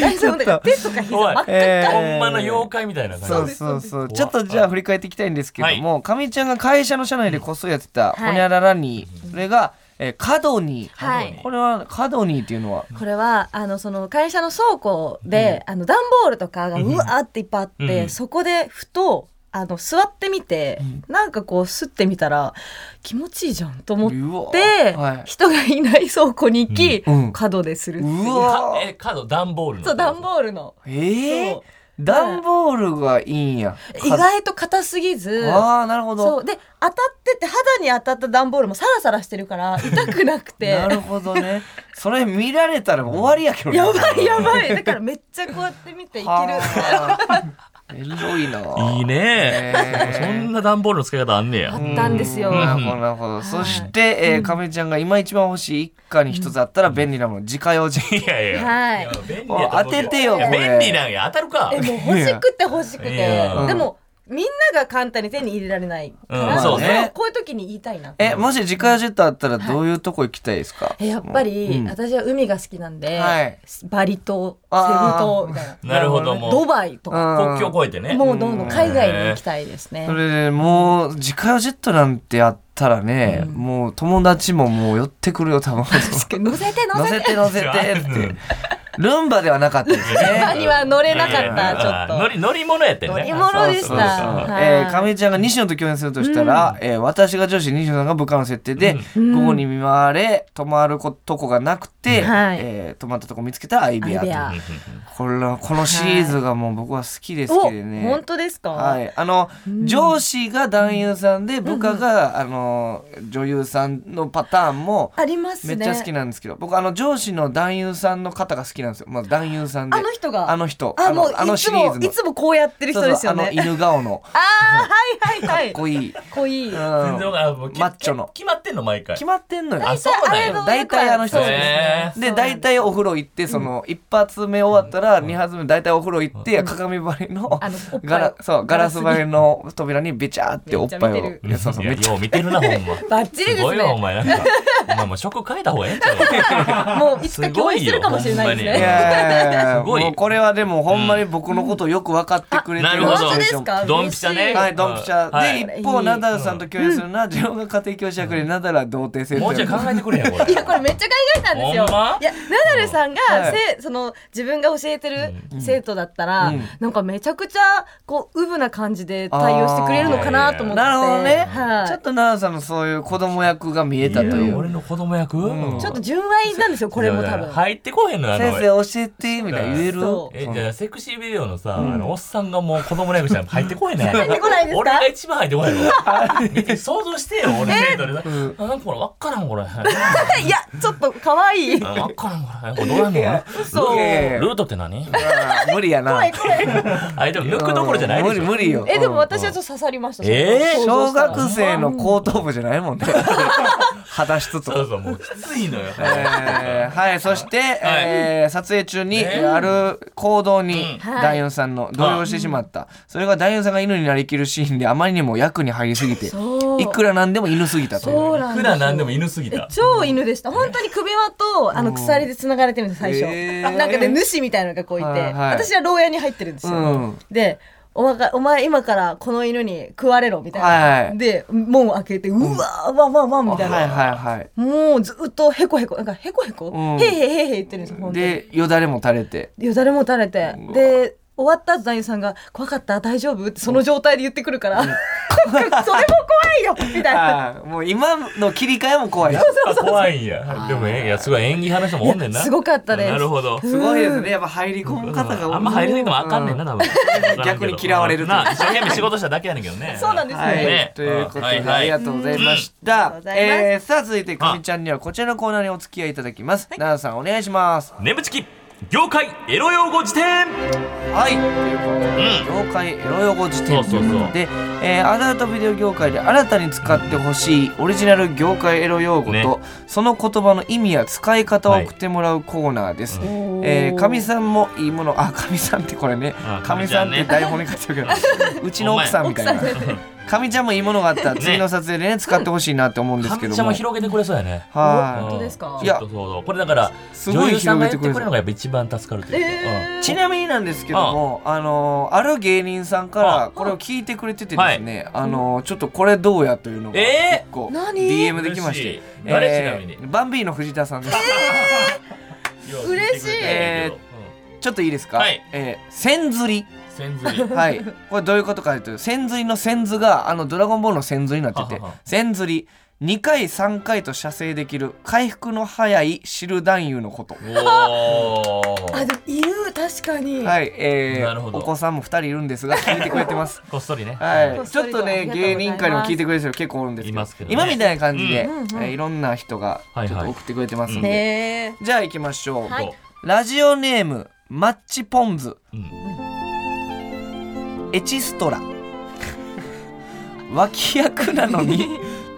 [SPEAKER 4] 大丈夫だから手とか膝真っ赤っか、
[SPEAKER 2] えー
[SPEAKER 3] ほんまの妖怪みたいな
[SPEAKER 2] そ
[SPEAKER 3] 感
[SPEAKER 2] う
[SPEAKER 3] じ
[SPEAKER 2] そうそう
[SPEAKER 3] そうです
[SPEAKER 2] ちょっとじゃあ振り返っていきたいんですけどもかみちゃんが会社の社内でこっそりやってた
[SPEAKER 4] はい
[SPEAKER 2] ほにゃららにそれがえーカドニー
[SPEAKER 4] はい
[SPEAKER 2] これはカドニーっていうのは
[SPEAKER 4] これはあのその会社の倉庫で、あの段ボールとかが
[SPEAKER 3] うん
[SPEAKER 4] うわーっていっぱいあって、
[SPEAKER 3] うん
[SPEAKER 4] そこでふとあの座ってみて、なんかこう吸ってみたら気持ちいいじゃんと思って
[SPEAKER 2] うわはい
[SPEAKER 4] 人がいない倉庫に行き、
[SPEAKER 2] うんうん
[SPEAKER 4] 角でするっていう
[SPEAKER 2] うわ
[SPEAKER 3] かえカード段ボールの
[SPEAKER 4] そう段ボールの
[SPEAKER 2] ええ
[SPEAKER 4] そう
[SPEAKER 2] 段ボールがいいんや
[SPEAKER 4] 意外と硬すぎず
[SPEAKER 2] ああなるほ
[SPEAKER 4] そ
[SPEAKER 2] ど
[SPEAKER 4] うで当たってて肌に当たった段ボールもサラサラしてるから痛くなくて
[SPEAKER 2] なるほどねそれ見られたら終わりやけどね
[SPEAKER 4] やばいやばいだからめっちゃこうやって見ていける
[SPEAKER 2] はあエロいな。
[SPEAKER 3] いい
[SPEAKER 2] ね。
[SPEAKER 3] ね
[SPEAKER 2] え
[SPEAKER 3] そんな段ボールの使い方あんねや
[SPEAKER 4] あったんですよ。
[SPEAKER 2] なるほどなるほど。そして、えー、亀ちゃんが今一番欲しい一家に一つあったら便利なもの、自家用ジェ
[SPEAKER 3] いやいや
[SPEAKER 4] はい
[SPEAKER 3] や便利やと
[SPEAKER 2] もう
[SPEAKER 3] 思うけど
[SPEAKER 2] 当ててよ
[SPEAKER 3] いや
[SPEAKER 2] これ
[SPEAKER 3] 便利なんや当たるか
[SPEAKER 4] えもう欲しくて欲しく
[SPEAKER 3] い
[SPEAKER 4] て
[SPEAKER 3] や
[SPEAKER 4] でもみんなが簡単に手に入れられないから、
[SPEAKER 3] うん
[SPEAKER 2] そうね
[SPEAKER 4] こういう時に言いたいな
[SPEAKER 2] え、もし自家用ジェットあったらどういうとこ行きたいですか。
[SPEAKER 4] えやっぱり、
[SPEAKER 2] うん
[SPEAKER 4] 私は海が好きなんで、
[SPEAKER 2] はい
[SPEAKER 4] バリ島セブ
[SPEAKER 2] あー
[SPEAKER 4] 島みたいな
[SPEAKER 3] なるほどもう
[SPEAKER 4] ドバイとか、
[SPEAKER 2] うん
[SPEAKER 3] 国境越えてね
[SPEAKER 4] もうどんどん海外に行きたいですね
[SPEAKER 2] それでもう自家用ジェットなんてあったらね、
[SPEAKER 4] うん
[SPEAKER 2] もう友達ももう寄ってくるよ多分。
[SPEAKER 4] 確かに (laughs) 乗せて乗
[SPEAKER 2] 乗
[SPEAKER 4] せて
[SPEAKER 2] せて乗せてって。ルンバではなかった
[SPEAKER 4] (laughs)
[SPEAKER 2] ですね。
[SPEAKER 4] バには乗れなか
[SPEAKER 3] いやい
[SPEAKER 4] った
[SPEAKER 3] や
[SPEAKER 4] ちょっと
[SPEAKER 3] あ乗り乗り物やってんね
[SPEAKER 4] 乗り物でした
[SPEAKER 3] そうそうそうそう
[SPEAKER 4] はい
[SPEAKER 2] えー、亀井ちゃんが西野と共演するとしたら、えー私が女子西野さんが部下の設定で、
[SPEAKER 4] うん
[SPEAKER 2] 午後に見舞われ泊まることこがなくて、
[SPEAKER 4] はい
[SPEAKER 2] えー泊まったとこ見つけたら相部屋
[SPEAKER 4] アイデ
[SPEAKER 2] と
[SPEAKER 4] ア
[SPEAKER 2] このこのシリーズがもう僕は好きで好
[SPEAKER 4] お
[SPEAKER 2] きでね
[SPEAKER 4] 本。当ですか、
[SPEAKER 2] はい、あの、上司が男優さんで部下が、あの女優さんのパターンも
[SPEAKER 4] あります
[SPEAKER 2] め
[SPEAKER 4] ね
[SPEAKER 2] っちゃ好きなんですけど、僕あの上司の男優さんの方が好きなんですよ、まあ、男優さんで
[SPEAKER 4] あの人が
[SPEAKER 2] あの人
[SPEAKER 4] あもう
[SPEAKER 2] あの
[SPEAKER 4] いつもいつもこうやってる人ですよ
[SPEAKER 2] そうそうあの
[SPEAKER 4] ね
[SPEAKER 2] 犬顔の
[SPEAKER 4] ああーはいはいはい
[SPEAKER 2] かっ (laughs) こいい。
[SPEAKER 4] かっこい
[SPEAKER 3] 全
[SPEAKER 4] い
[SPEAKER 3] 然わからんもうき
[SPEAKER 2] マッチョの
[SPEAKER 3] き決まってんの毎回
[SPEAKER 2] 決まってんのよ
[SPEAKER 3] あそうなんや
[SPEAKER 4] れの
[SPEAKER 2] 大体あの人
[SPEAKER 4] そうで
[SPEAKER 3] へ
[SPEAKER 4] すね
[SPEAKER 2] で大体お風呂行ってその一発目終わったら二発目大体お風呂行って鏡張りの
[SPEAKER 4] あのおっぱい
[SPEAKER 2] ガラそうガラス張りの扉にべちゃーっておっぱい
[SPEAKER 4] めっ
[SPEAKER 2] を
[SPEAKER 4] ちゃ見て
[SPEAKER 2] いやそうそう
[SPEAKER 3] い
[SPEAKER 2] め
[SPEAKER 3] や
[SPEAKER 2] っちゃ
[SPEAKER 3] よう見てるなほんま
[SPEAKER 4] バッチリですすね
[SPEAKER 3] ごいわお前なんかお前もう職変えた方がええんちゃ
[SPEAKER 2] (laughs)
[SPEAKER 3] う
[SPEAKER 4] もういつか共演するかもしれない
[SPEAKER 3] す
[SPEAKER 4] です
[SPEAKER 3] ごいよほんまに
[SPEAKER 2] いや
[SPEAKER 4] ね。
[SPEAKER 2] いやいや
[SPEAKER 3] すごい
[SPEAKER 2] もうこれはでもほんまに僕のことをよく分かってくれて
[SPEAKER 3] な
[SPEAKER 2] る
[SPEAKER 3] るほど
[SPEAKER 4] 本当ですか
[SPEAKER 3] ドンピシャね
[SPEAKER 4] 嬉し
[SPEAKER 2] はいドンピシャ
[SPEAKER 3] はい
[SPEAKER 2] で一方ナダルさんと共演するのは自分が家庭教師役でナダルは童貞生
[SPEAKER 3] もうちょい考えてくれやこれ
[SPEAKER 4] いやこれめっちゃ考えたんですよ。
[SPEAKER 3] ほんま
[SPEAKER 4] いやナダルさんが
[SPEAKER 2] はい
[SPEAKER 4] せその自分が教えてる生徒だったら
[SPEAKER 2] うん
[SPEAKER 4] なんかめちゃくちゃこうウブな感じで対応してくれるのかなと思って。
[SPEAKER 2] なるほどね
[SPEAKER 4] はい
[SPEAKER 2] ちょっとナダルさんのそういう子供役が見えたと
[SPEAKER 3] い
[SPEAKER 2] い
[SPEAKER 3] や
[SPEAKER 2] う
[SPEAKER 3] 俺の子供役、
[SPEAKER 2] うん
[SPEAKER 4] ちょっと純愛なんですよこれも多
[SPEAKER 3] いやい
[SPEAKER 4] 分。
[SPEAKER 3] や入ってこへんのよあの
[SPEAKER 2] 先生教えてみたいな言える
[SPEAKER 4] そ
[SPEAKER 3] え
[SPEAKER 2] そ
[SPEAKER 3] じ
[SPEAKER 2] の
[SPEAKER 3] ゃあセクシービデオのさ、あのおっさんがもう子供の役者入ってこへんね入
[SPEAKER 4] ってこないですか
[SPEAKER 3] 俺が一番入ってこないの見て想像してよ俺生徒でさ、
[SPEAKER 2] ん
[SPEAKER 3] あなんかこれわっからんこれわ
[SPEAKER 4] (laughs) いやちょっと可愛い。
[SPEAKER 3] からんこれこれどうやんのル
[SPEAKER 2] 嘘
[SPEAKER 3] ールートって何
[SPEAKER 2] あー無理やな
[SPEAKER 4] 怖い怖い。
[SPEAKER 3] あでも抜くどころじゃないでし
[SPEAKER 2] 無
[SPEAKER 3] ょ
[SPEAKER 2] 理無理よ
[SPEAKER 4] えでも私はちょっと刺さりました。
[SPEAKER 3] えー
[SPEAKER 4] その
[SPEAKER 2] 小
[SPEAKER 4] 想像したら
[SPEAKER 3] (laughs)
[SPEAKER 2] 学生の後頭部じゃないもんね果たしつつ
[SPEAKER 3] そうそうもうきついのよ。
[SPEAKER 2] えーはいそして、えー撮影中に
[SPEAKER 3] ね
[SPEAKER 2] ある行動に
[SPEAKER 4] うん
[SPEAKER 2] ダイオンさんの動揺してしまった、それがダイオンさんが犬になりきるシーンであまりにも役に入りすぎて
[SPEAKER 4] そう
[SPEAKER 2] いくらなんでも犬すぎたという
[SPEAKER 4] そうなん
[SPEAKER 3] 普
[SPEAKER 4] ですよ
[SPEAKER 3] 段何でも犬すぎた。
[SPEAKER 4] 超犬でした本当に首輪とあの鎖でつながれてるんです最初、
[SPEAKER 2] へー
[SPEAKER 4] なんかで主みたいなのがこういて、
[SPEAKER 2] はいはい
[SPEAKER 4] 私は牢屋に入ってるんですよ、
[SPEAKER 2] うん
[SPEAKER 4] でお前がお前今からこの犬に食われろみたいな、
[SPEAKER 2] はいはい
[SPEAKER 4] で門を開けてうわーわわわみたいな、
[SPEAKER 2] はいはいはい
[SPEAKER 4] もうずっとへこへこなんかへこへこ、
[SPEAKER 2] うん
[SPEAKER 4] へいへいへいへい言ってるんですよ本当に
[SPEAKER 2] でよだれも垂れて
[SPEAKER 4] よだれも垂れてで終わった後男優さんが「怖かった大丈夫?」ってその状態で言ってくるから「 (laughs) それも怖いよ!」みたいな。
[SPEAKER 2] あーもう今の切り替えも怖い
[SPEAKER 3] あ怖いんや。でもえいやすごい演技派の人もおんねんな。
[SPEAKER 4] すごかったです
[SPEAKER 3] なるほど。
[SPEAKER 2] すごいですねやっぱ入り込む方が
[SPEAKER 3] あんま入りすぎてもあかんねんな多分。
[SPEAKER 2] 逆に嫌われると
[SPEAKER 3] な一生懸命仕事しただけやねんけどね。
[SPEAKER 4] そうなんですよ、
[SPEAKER 2] はい、
[SPEAKER 3] ね
[SPEAKER 2] ということで、
[SPEAKER 3] はいはい
[SPEAKER 2] ありがとうございまし
[SPEAKER 4] うん
[SPEAKER 2] た
[SPEAKER 4] ありがとうご。ざいます
[SPEAKER 2] えー、さあ続いてかみちゃんにはこちらのコーナーにお付き合いいただきます。奈、々、さんお願いします。
[SPEAKER 3] 眠ちき業界エロ用語辞典。
[SPEAKER 2] はい、ということで、業界エロ用語辞典ということで、えーアダルトビデオ業界で新たに使ってほしいオリジナル業界エロ用語と、
[SPEAKER 3] ね
[SPEAKER 2] その言葉の意味や使い方を送ってもらうコーナーです。えー、かみさんもいいものあかみさんってこれね
[SPEAKER 3] あ
[SPEAKER 2] かみさんっ
[SPEAKER 3] か
[SPEAKER 2] て
[SPEAKER 3] みち
[SPEAKER 2] 台本に書いてあるけ
[SPEAKER 3] (laughs)
[SPEAKER 2] どうちの奥さんみたいな
[SPEAKER 4] 奥さん
[SPEAKER 2] かみちゃんもいいものがあったら次の撮影でね使ってほしいなって思うんですけ
[SPEAKER 3] め
[SPEAKER 2] ど
[SPEAKER 3] ちゃ
[SPEAKER 2] も
[SPEAKER 3] も広げてくれそうやね。
[SPEAKER 2] は
[SPEAKER 4] 本当です
[SPEAKER 3] う
[SPEAKER 4] か
[SPEAKER 3] ん
[SPEAKER 2] いや
[SPEAKER 3] ちょっとそうそうこれだから
[SPEAKER 2] すご
[SPEAKER 3] 女
[SPEAKER 2] い
[SPEAKER 3] 優さ
[SPEAKER 2] 広
[SPEAKER 3] んが
[SPEAKER 2] げ
[SPEAKER 3] やってて
[SPEAKER 2] く
[SPEAKER 3] く
[SPEAKER 2] れ
[SPEAKER 3] れ
[SPEAKER 2] る
[SPEAKER 3] るのがやっぱ一番助かるというか。
[SPEAKER 4] えー、
[SPEAKER 2] いちなみになんですけどもあのある芸人さんからこれを聞いてくれててですねあのちょっとこれどうやというのが
[SPEAKER 3] え
[SPEAKER 2] 結構
[SPEAKER 4] 何
[SPEAKER 2] DM できまして
[SPEAKER 3] 嬉しい誰ちなみに
[SPEAKER 2] えーバンビーの藤田さんです
[SPEAKER 3] うん
[SPEAKER 4] 嬉しい
[SPEAKER 3] えー
[SPEAKER 2] ちょっといいですか
[SPEAKER 3] はい
[SPEAKER 2] えー千釣り
[SPEAKER 4] (laughs)
[SPEAKER 3] 千鶴。うん
[SPEAKER 2] はい、これどういうことかというと千釣りの千図があのドラゴンボールの千図になってて
[SPEAKER 3] ははは
[SPEAKER 2] 千釣り2回3回と射精できる回復の早い汁男優のこと
[SPEAKER 3] おー
[SPEAKER 4] あでも犬確かに、
[SPEAKER 2] はいえ
[SPEAKER 3] なるほ
[SPEAKER 2] ー、
[SPEAKER 3] ど
[SPEAKER 2] お子さんも2人いるんですが聞いてくれて
[SPEAKER 3] (laughs)
[SPEAKER 2] ます
[SPEAKER 3] こっそりね。
[SPEAKER 2] は
[SPEAKER 4] こっ
[SPEAKER 2] い、ちょ
[SPEAKER 4] そ
[SPEAKER 2] っ
[SPEAKER 4] り
[SPEAKER 2] と
[SPEAKER 4] とはあ
[SPEAKER 2] ね
[SPEAKER 4] りがとうござ
[SPEAKER 2] 芸
[SPEAKER 4] います
[SPEAKER 2] 人界にも聞いてくれてる人結構おるんですけ
[SPEAKER 3] い
[SPEAKER 2] ど
[SPEAKER 3] ますけどね
[SPEAKER 2] 今みたいな感じで、
[SPEAKER 4] うんうんう
[SPEAKER 2] え
[SPEAKER 4] ん
[SPEAKER 2] ーいろんな人が
[SPEAKER 3] はいはい
[SPEAKER 2] ちょっと送ってくれてますんで、
[SPEAKER 4] へー
[SPEAKER 2] じゃあ行きましょう、
[SPEAKER 4] はい
[SPEAKER 2] ラジオネームマッチポンズ
[SPEAKER 3] うん
[SPEAKER 2] エチストラ脇役なのに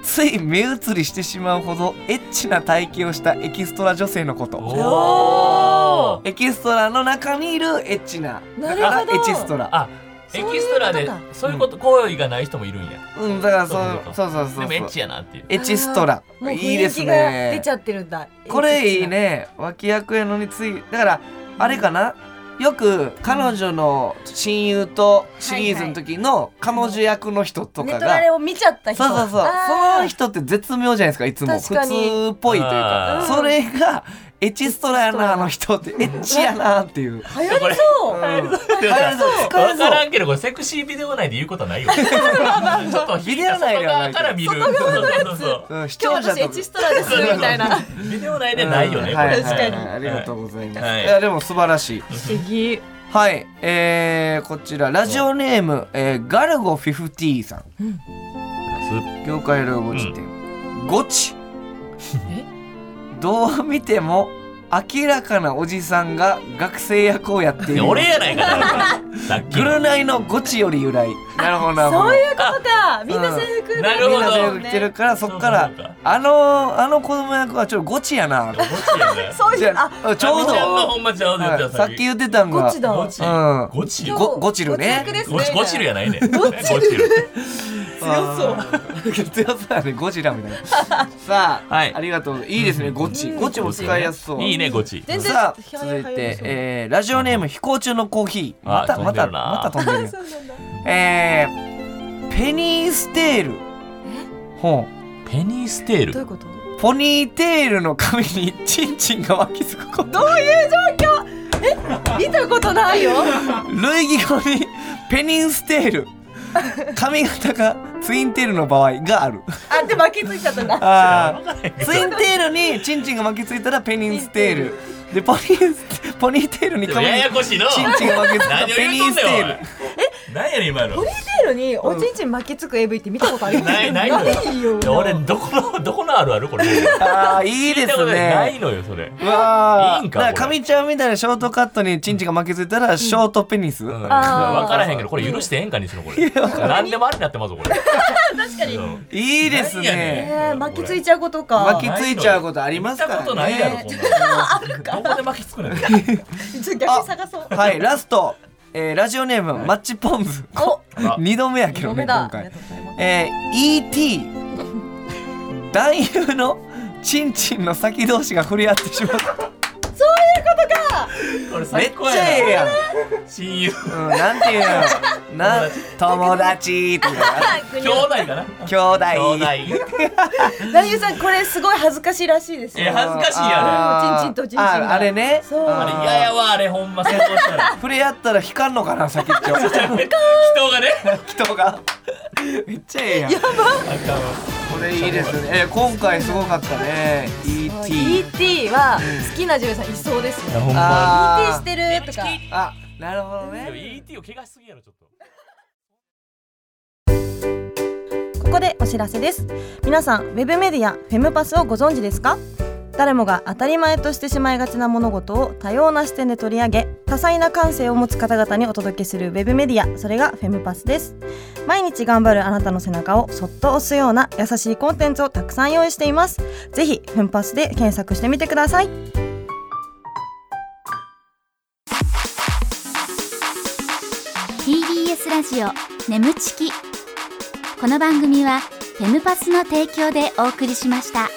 [SPEAKER 2] つい目移りしてしまうほどエッチな体型をしたエキストラ女性のこと
[SPEAKER 3] おー
[SPEAKER 2] エキストラの中にいるエッチな
[SPEAKER 4] な
[SPEAKER 2] だ
[SPEAKER 4] るほど
[SPEAKER 2] からエチストラ
[SPEAKER 3] あエキストラで
[SPEAKER 4] そういうこと
[SPEAKER 3] そういうこと行為がない人もいるんや
[SPEAKER 2] うんだからそ
[SPEAKER 3] そういうこ
[SPEAKER 2] う
[SPEAKER 3] と
[SPEAKER 2] そうそう
[SPEAKER 3] で
[SPEAKER 2] そう
[SPEAKER 3] もエッ
[SPEAKER 2] そう
[SPEAKER 3] チやなっていう
[SPEAKER 2] エチストラ
[SPEAKER 4] もう
[SPEAKER 2] いい
[SPEAKER 4] 雰
[SPEAKER 2] で
[SPEAKER 4] 囲
[SPEAKER 2] す
[SPEAKER 4] 気が出
[SPEAKER 2] ね
[SPEAKER 4] ちゃってるんだ
[SPEAKER 2] これいいね脇役やのについだからあれかなよく彼女の親友とシリーズの時の彼女役の人と
[SPEAKER 4] ネ
[SPEAKER 2] か
[SPEAKER 4] トラ
[SPEAKER 2] が
[SPEAKER 4] レを見ちゃった人
[SPEAKER 2] そうそうそう
[SPEAKER 4] あ
[SPEAKER 2] その
[SPEAKER 4] ー
[SPEAKER 2] 人って絶妙じゃないですかいつも普
[SPEAKER 4] 確かに
[SPEAKER 2] 通っぽいというか
[SPEAKER 3] あ
[SPEAKER 4] ー
[SPEAKER 2] それがエチストラやなあの人ってエッチやなっていう。
[SPEAKER 4] 流行りそう、
[SPEAKER 2] うん
[SPEAKER 3] でも
[SPEAKER 2] あれ
[SPEAKER 3] さ
[SPEAKER 2] そう使え
[SPEAKER 3] 分
[SPEAKER 2] そ
[SPEAKER 3] から
[SPEAKER 2] うん
[SPEAKER 3] けどこれセクシービデオ内で言うことはないよちょっと
[SPEAKER 2] ビデオ内ではないけど
[SPEAKER 3] 外側から見る外側のやつ
[SPEAKER 2] うん視聴
[SPEAKER 4] 今日
[SPEAKER 2] 者
[SPEAKER 4] 私エ
[SPEAKER 2] と
[SPEAKER 4] チストラですみたいな
[SPEAKER 3] ビデオ内でないよね
[SPEAKER 2] うん
[SPEAKER 3] これ
[SPEAKER 4] 確かに
[SPEAKER 2] はいはいはいありがとうございます、
[SPEAKER 3] はい
[SPEAKER 2] いやでも素晴らしい
[SPEAKER 4] 不思議
[SPEAKER 2] はい、えー、こちらラジオネーム、えー、ガルゴ50さん業界用語辞典、ゴチどう見ても明らかなおじさんが学生役をやってい
[SPEAKER 3] い
[SPEAKER 2] る
[SPEAKER 3] や俺やないかなさっき
[SPEAKER 2] ぐる
[SPEAKER 3] の
[SPEAKER 2] ナイのゴチより由来なるほどなるほど
[SPEAKER 4] そういうことかみんな制服
[SPEAKER 3] な
[SPEAKER 2] み
[SPEAKER 3] る
[SPEAKER 2] ん
[SPEAKER 3] ほ
[SPEAKER 2] な
[SPEAKER 3] ど
[SPEAKER 2] 制服着てるからそっから
[SPEAKER 3] そうかそうか
[SPEAKER 2] あのあの子供役はちょっとゴチやな
[SPEAKER 3] ゴチやね
[SPEAKER 4] そう
[SPEAKER 2] じ
[SPEAKER 4] いう
[SPEAKER 2] ゃ
[SPEAKER 4] あ
[SPEAKER 2] あちょうど
[SPEAKER 3] あみちゃんのほんまちゃうで言って
[SPEAKER 2] はい
[SPEAKER 3] た
[SPEAKER 2] さっき言ってたん
[SPEAKER 4] ゴ
[SPEAKER 2] が
[SPEAKER 4] チだ
[SPEAKER 3] ゴチ
[SPEAKER 2] うん
[SPEAKER 3] ゴチ
[SPEAKER 2] ゴゴチルね
[SPEAKER 4] ゴチですね
[SPEAKER 3] ゴチゴチルやないね
[SPEAKER 4] ゴチル
[SPEAKER 3] ゴチル
[SPEAKER 2] (laughs) 強そう強そうやねゴジラみたいな
[SPEAKER 4] (laughs)
[SPEAKER 2] さあ、
[SPEAKER 3] はい
[SPEAKER 2] ありがとういいですねゴチ、ゴチも使いやすそう
[SPEAKER 3] いいねゴチ
[SPEAKER 4] 全然
[SPEAKER 2] さあ
[SPEAKER 4] ひゃ
[SPEAKER 2] 続い
[SPEAKER 4] ひゃ
[SPEAKER 2] て、
[SPEAKER 4] ひゃ
[SPEAKER 2] えーラジオネーム飛行中のコーヒー
[SPEAKER 3] あ
[SPEAKER 2] また
[SPEAKER 3] 飛
[SPEAKER 2] ま
[SPEAKER 3] んで
[SPEAKER 2] た
[SPEAKER 3] るな
[SPEAKER 2] また飛んでる
[SPEAKER 4] そうなんだ
[SPEAKER 2] えーペニーステールほう
[SPEAKER 3] ペニーステール
[SPEAKER 4] どういうこと
[SPEAKER 2] ポニーテールの髪にチンチンが巻きつくこと
[SPEAKER 4] 見たことないよ
[SPEAKER 2] 類義語にペニンステール髪型がツインテールの場合がある
[SPEAKER 4] (laughs) あで巻きついちゃったな
[SPEAKER 2] あ
[SPEAKER 3] わかんない
[SPEAKER 2] ーツインテールにチンチンが巻きついたらペニンステールでポニースポニーテールに
[SPEAKER 3] でも
[SPEAKER 2] 髪
[SPEAKER 3] や
[SPEAKER 2] に
[SPEAKER 3] やこしいの
[SPEAKER 2] チンチンが巻きついた
[SPEAKER 3] 何を
[SPEAKER 2] ペニン
[SPEAKER 3] 言うとん
[SPEAKER 2] ステー
[SPEAKER 3] ねん
[SPEAKER 2] ル
[SPEAKER 3] おい何やねん今
[SPEAKER 4] ポ
[SPEAKER 3] の
[SPEAKER 4] ニーテールにおちんちん巻きつく AV って見たことありま
[SPEAKER 3] (laughs)
[SPEAKER 4] す
[SPEAKER 3] ないないのよ
[SPEAKER 4] ないよ
[SPEAKER 3] いや俺どこのどこのあるあるこれ
[SPEAKER 2] ああいいで
[SPEAKER 3] 聞た
[SPEAKER 2] す
[SPEAKER 3] ことな
[SPEAKER 2] ね
[SPEAKER 3] いのよそれ
[SPEAKER 2] うわあ
[SPEAKER 3] いいんか
[SPEAKER 2] だら
[SPEAKER 3] これ
[SPEAKER 2] 神ちゃんみたいなショートカットにチンチンが負けついたらショートペニス、
[SPEAKER 3] うん分
[SPEAKER 4] あー
[SPEAKER 3] からへんけどこれ許してええんかにしのこれ何でもありになってますこれ確かに
[SPEAKER 2] いいです
[SPEAKER 3] 何や
[SPEAKER 4] え
[SPEAKER 2] ね
[SPEAKER 3] ね
[SPEAKER 4] ー、巻きついちゃうことか
[SPEAKER 2] 巻きついちゃうことありますからね
[SPEAKER 3] 見たことないやろこんなのどこで巻きつくねん
[SPEAKER 4] ちょっと (laughs) 逆に探そう
[SPEAKER 2] はいラスト、えーラジオネーム、マッチポンズ (laughs)
[SPEAKER 4] お
[SPEAKER 3] あ
[SPEAKER 2] 2度目やけ
[SPEAKER 4] 二
[SPEAKER 2] ど
[SPEAKER 4] 度
[SPEAKER 2] ね
[SPEAKER 4] 目だ
[SPEAKER 2] 今
[SPEAKER 4] あり
[SPEAKER 2] 回
[SPEAKER 4] がとうございます
[SPEAKER 2] えー ET 男優のチンチンの先同士が触れ合ってしまった
[SPEAKER 3] これ
[SPEAKER 2] め
[SPEAKER 3] 最
[SPEAKER 2] っち
[SPEAKER 3] 高
[SPEAKER 2] ゃええ
[SPEAKER 3] や
[SPEAKER 2] やん、
[SPEAKER 3] な親友
[SPEAKER 2] うん、なんていう (laughs) のな友達とか
[SPEAKER 4] あ国
[SPEAKER 3] 兄弟かな
[SPEAKER 2] 兄弟
[SPEAKER 3] 兄弟
[SPEAKER 4] 男優さんこれすごい恥ずかしいらしいです
[SPEAKER 3] いや
[SPEAKER 4] よ
[SPEAKER 3] 恥ずかしいやろ
[SPEAKER 2] あー
[SPEAKER 4] チンチンとチンチンが
[SPEAKER 2] ああれね
[SPEAKER 4] そうん
[SPEAKER 3] あれ嫌やわあれほんま想像したら
[SPEAKER 2] 触れ合ったら光んのかな先っ (laughs) ちょ
[SPEAKER 3] 人がね
[SPEAKER 2] 人がめっちゃええやんこれいいですね、えー今回すごかったね ET
[SPEAKER 4] ET は好きな女優さんいそうですね ET
[SPEAKER 2] あ
[SPEAKER 4] してるとか
[SPEAKER 2] ーあなるほどね
[SPEAKER 3] ET を怪我しすぎやろちょっと
[SPEAKER 4] ここでお知らせです皆さんウェブメディアフェムパスをご存知ですか誰もが当たり前としてしまいがちな物事を多様な視点で取り上げ多彩な感性を持つ方々にお届けするウェブメディアそれがフェムパスです毎日頑張るあなたの背中をそっと押すような優しいコンテンツをたくさん用意していますぜひフェムパスで検索してみてください
[SPEAKER 1] ー TBS ラジオ眠ちきこの番組はフェムパスの提供でお送りしました。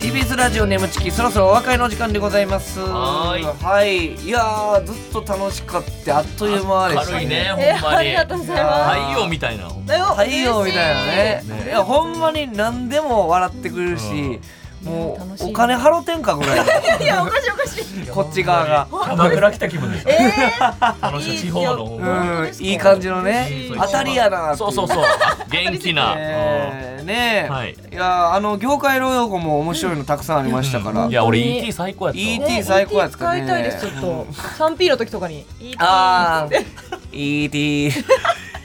[SPEAKER 2] TBS ラジオ眠ちきそろそろお別れの時間でございます
[SPEAKER 3] はーい
[SPEAKER 2] はいいやーずっと楽しかったあっという間でした
[SPEAKER 3] 軽いねほんまに
[SPEAKER 2] ざい
[SPEAKER 4] うご
[SPEAKER 2] ます
[SPEAKER 3] 太陽みたいなほんま
[SPEAKER 2] 太陽みたいなね
[SPEAKER 3] 嬉しい
[SPEAKER 2] いやほんまに何でも笑ってくれるし、も
[SPEAKER 4] 楽し
[SPEAKER 2] う
[SPEAKER 4] い
[SPEAKER 2] お金払ってんかぐらい
[SPEAKER 4] いやおかしいおかしい
[SPEAKER 2] (laughs) こっち側が。
[SPEAKER 3] 鎌倉来た気分でしょ
[SPEAKER 4] え
[SPEAKER 3] 楽しい地方のほんまに
[SPEAKER 2] うん、いい感じの
[SPEAKER 3] いい
[SPEAKER 2] ね
[SPEAKER 3] そうい、う
[SPEAKER 2] 当たりやな。
[SPEAKER 3] そうそうそう。元気な
[SPEAKER 2] (laughs)
[SPEAKER 3] うん
[SPEAKER 2] えーねえ、
[SPEAKER 3] はい
[SPEAKER 2] い、やーあの業界労働語も面白いのたくさんありましたから、
[SPEAKER 3] いや俺 ET 最高やったわ
[SPEAKER 2] ET 最高やつかね
[SPEAKER 4] ET 使いたいですちょっと 3P の時とかに ET
[SPEAKER 2] ああ ET 素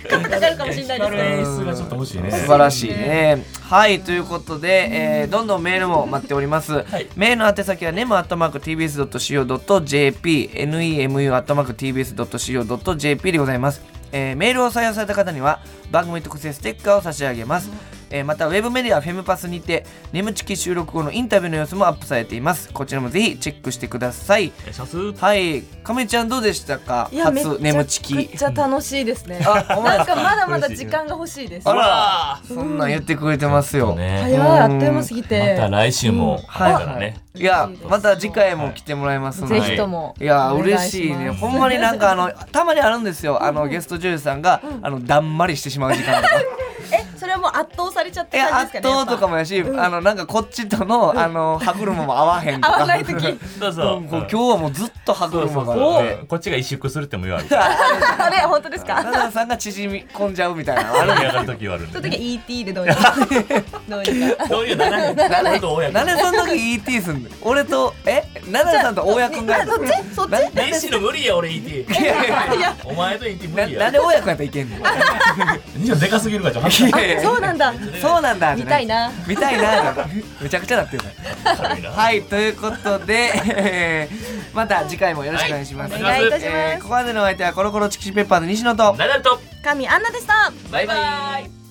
[SPEAKER 4] (laughs) かかるかもしれないです
[SPEAKER 3] 光る
[SPEAKER 4] ね
[SPEAKER 3] 演出がちょっと欲しいね
[SPEAKER 2] 晴らしいねはいということで、えーどんどんメールも待っております、
[SPEAKER 3] い
[SPEAKER 2] メールの宛先は nemu.tbs.co.jp nemu.tbs.co.jp でございます、えーメールを採用された方には番組特製ステッカーを差し上げます、えーまたウェブメディアフェムパスにて眠ちき収録後のインタビューの様子もアップされていますこちらもぜひチェックしてください
[SPEAKER 3] シャス
[SPEAKER 2] はい亀ちゃんどうでしたか
[SPEAKER 4] いやめっち
[SPEAKER 2] 初
[SPEAKER 4] ゃ
[SPEAKER 2] 眠ち
[SPEAKER 4] め
[SPEAKER 2] き
[SPEAKER 4] っちゃ楽しいですね。
[SPEAKER 2] (laughs) あほんまで
[SPEAKER 4] な
[SPEAKER 2] す
[SPEAKER 4] んかまだまだ時間が欲しいです。
[SPEAKER 2] あ
[SPEAKER 4] 早い
[SPEAKER 2] らそんなん言ってくれてますよ、
[SPEAKER 3] ね
[SPEAKER 4] あっという間すぎ
[SPEAKER 3] ま
[SPEAKER 4] て。
[SPEAKER 3] た来週も
[SPEAKER 2] は
[SPEAKER 3] はいい
[SPEAKER 2] は
[SPEAKER 3] か
[SPEAKER 2] い
[SPEAKER 3] らね
[SPEAKER 2] いや
[SPEAKER 4] 嬉しいです
[SPEAKER 2] また次回も来てもらいますので、
[SPEAKER 4] ぜひとも。
[SPEAKER 2] いや
[SPEAKER 4] お願
[SPEAKER 2] 嬉
[SPEAKER 4] ます
[SPEAKER 2] しいねほんまになんかあのたまにあるんですよあのゲスト女優さんがあのだんまりしてしまう時
[SPEAKER 4] (laughs)
[SPEAKER 2] 間とか
[SPEAKER 4] え、それはもう圧倒されちゃっ
[SPEAKER 2] い
[SPEAKER 4] て
[SPEAKER 2] や
[SPEAKER 4] 感じ
[SPEAKER 2] 圧
[SPEAKER 4] ですかね。
[SPEAKER 2] 倒とか
[SPEAKER 4] も。
[SPEAKER 2] もやしあのなんかこっちとのあの歯車も合わへんと
[SPEAKER 4] 合
[SPEAKER 2] か
[SPEAKER 4] わない時。
[SPEAKER 3] どう
[SPEAKER 2] う
[SPEAKER 3] ぞ
[SPEAKER 2] んこう今日はもうずっと歯
[SPEAKER 3] そうそ
[SPEAKER 2] 車
[SPEAKER 3] う
[SPEAKER 2] が
[SPEAKER 3] そ
[SPEAKER 2] あ
[SPEAKER 3] う
[SPEAKER 2] って
[SPEAKER 3] うんこっちが萎縮するっても言われ
[SPEAKER 2] (laughs)
[SPEAKER 3] る
[SPEAKER 4] あれ本当ですか。
[SPEAKER 2] ナダルさんが縮み込んじゃうみたいなのある
[SPEAKER 3] 盛り上がる時はあるん
[SPEAKER 4] そ
[SPEAKER 3] で
[SPEAKER 4] の時
[SPEAKER 3] ね
[SPEAKER 4] は ET でどう
[SPEAKER 2] (laughs)
[SPEAKER 4] にか。どうにか。 (laughs)
[SPEAKER 3] そういう7人7人親子
[SPEAKER 2] ナダルさんの時 ET すんの俺とえナダルさんと大家くんがやる
[SPEAKER 4] そっちそっち。
[SPEAKER 2] な
[SPEAKER 3] 西野無理や俺 ET
[SPEAKER 2] いやいや (laughs) いや
[SPEAKER 3] お前と ET 無
[SPEAKER 2] な
[SPEAKER 3] 理
[SPEAKER 2] なん
[SPEAKER 3] や
[SPEAKER 2] で大家くんやったらいけんのい
[SPEAKER 3] 西野でかすぎるからちょっと恥ずか
[SPEAKER 2] やいや
[SPEAKER 4] そうなんだ。
[SPEAKER 2] そうなんだ
[SPEAKER 4] 見たいな。
[SPEAKER 2] 見たいなじゃないめちゃくちゃなってるから
[SPEAKER 3] しいな
[SPEAKER 2] はいということで、えーまた次回もよろしくお願いします、
[SPEAKER 4] お
[SPEAKER 3] は
[SPEAKER 4] 願いいたし
[SPEAKER 2] えー
[SPEAKER 4] ま
[SPEAKER 2] ここまでのお相手はコロコロチキチキペッパーの西野と
[SPEAKER 3] ナダルと
[SPEAKER 4] す。神アンナでした。
[SPEAKER 3] バイバイ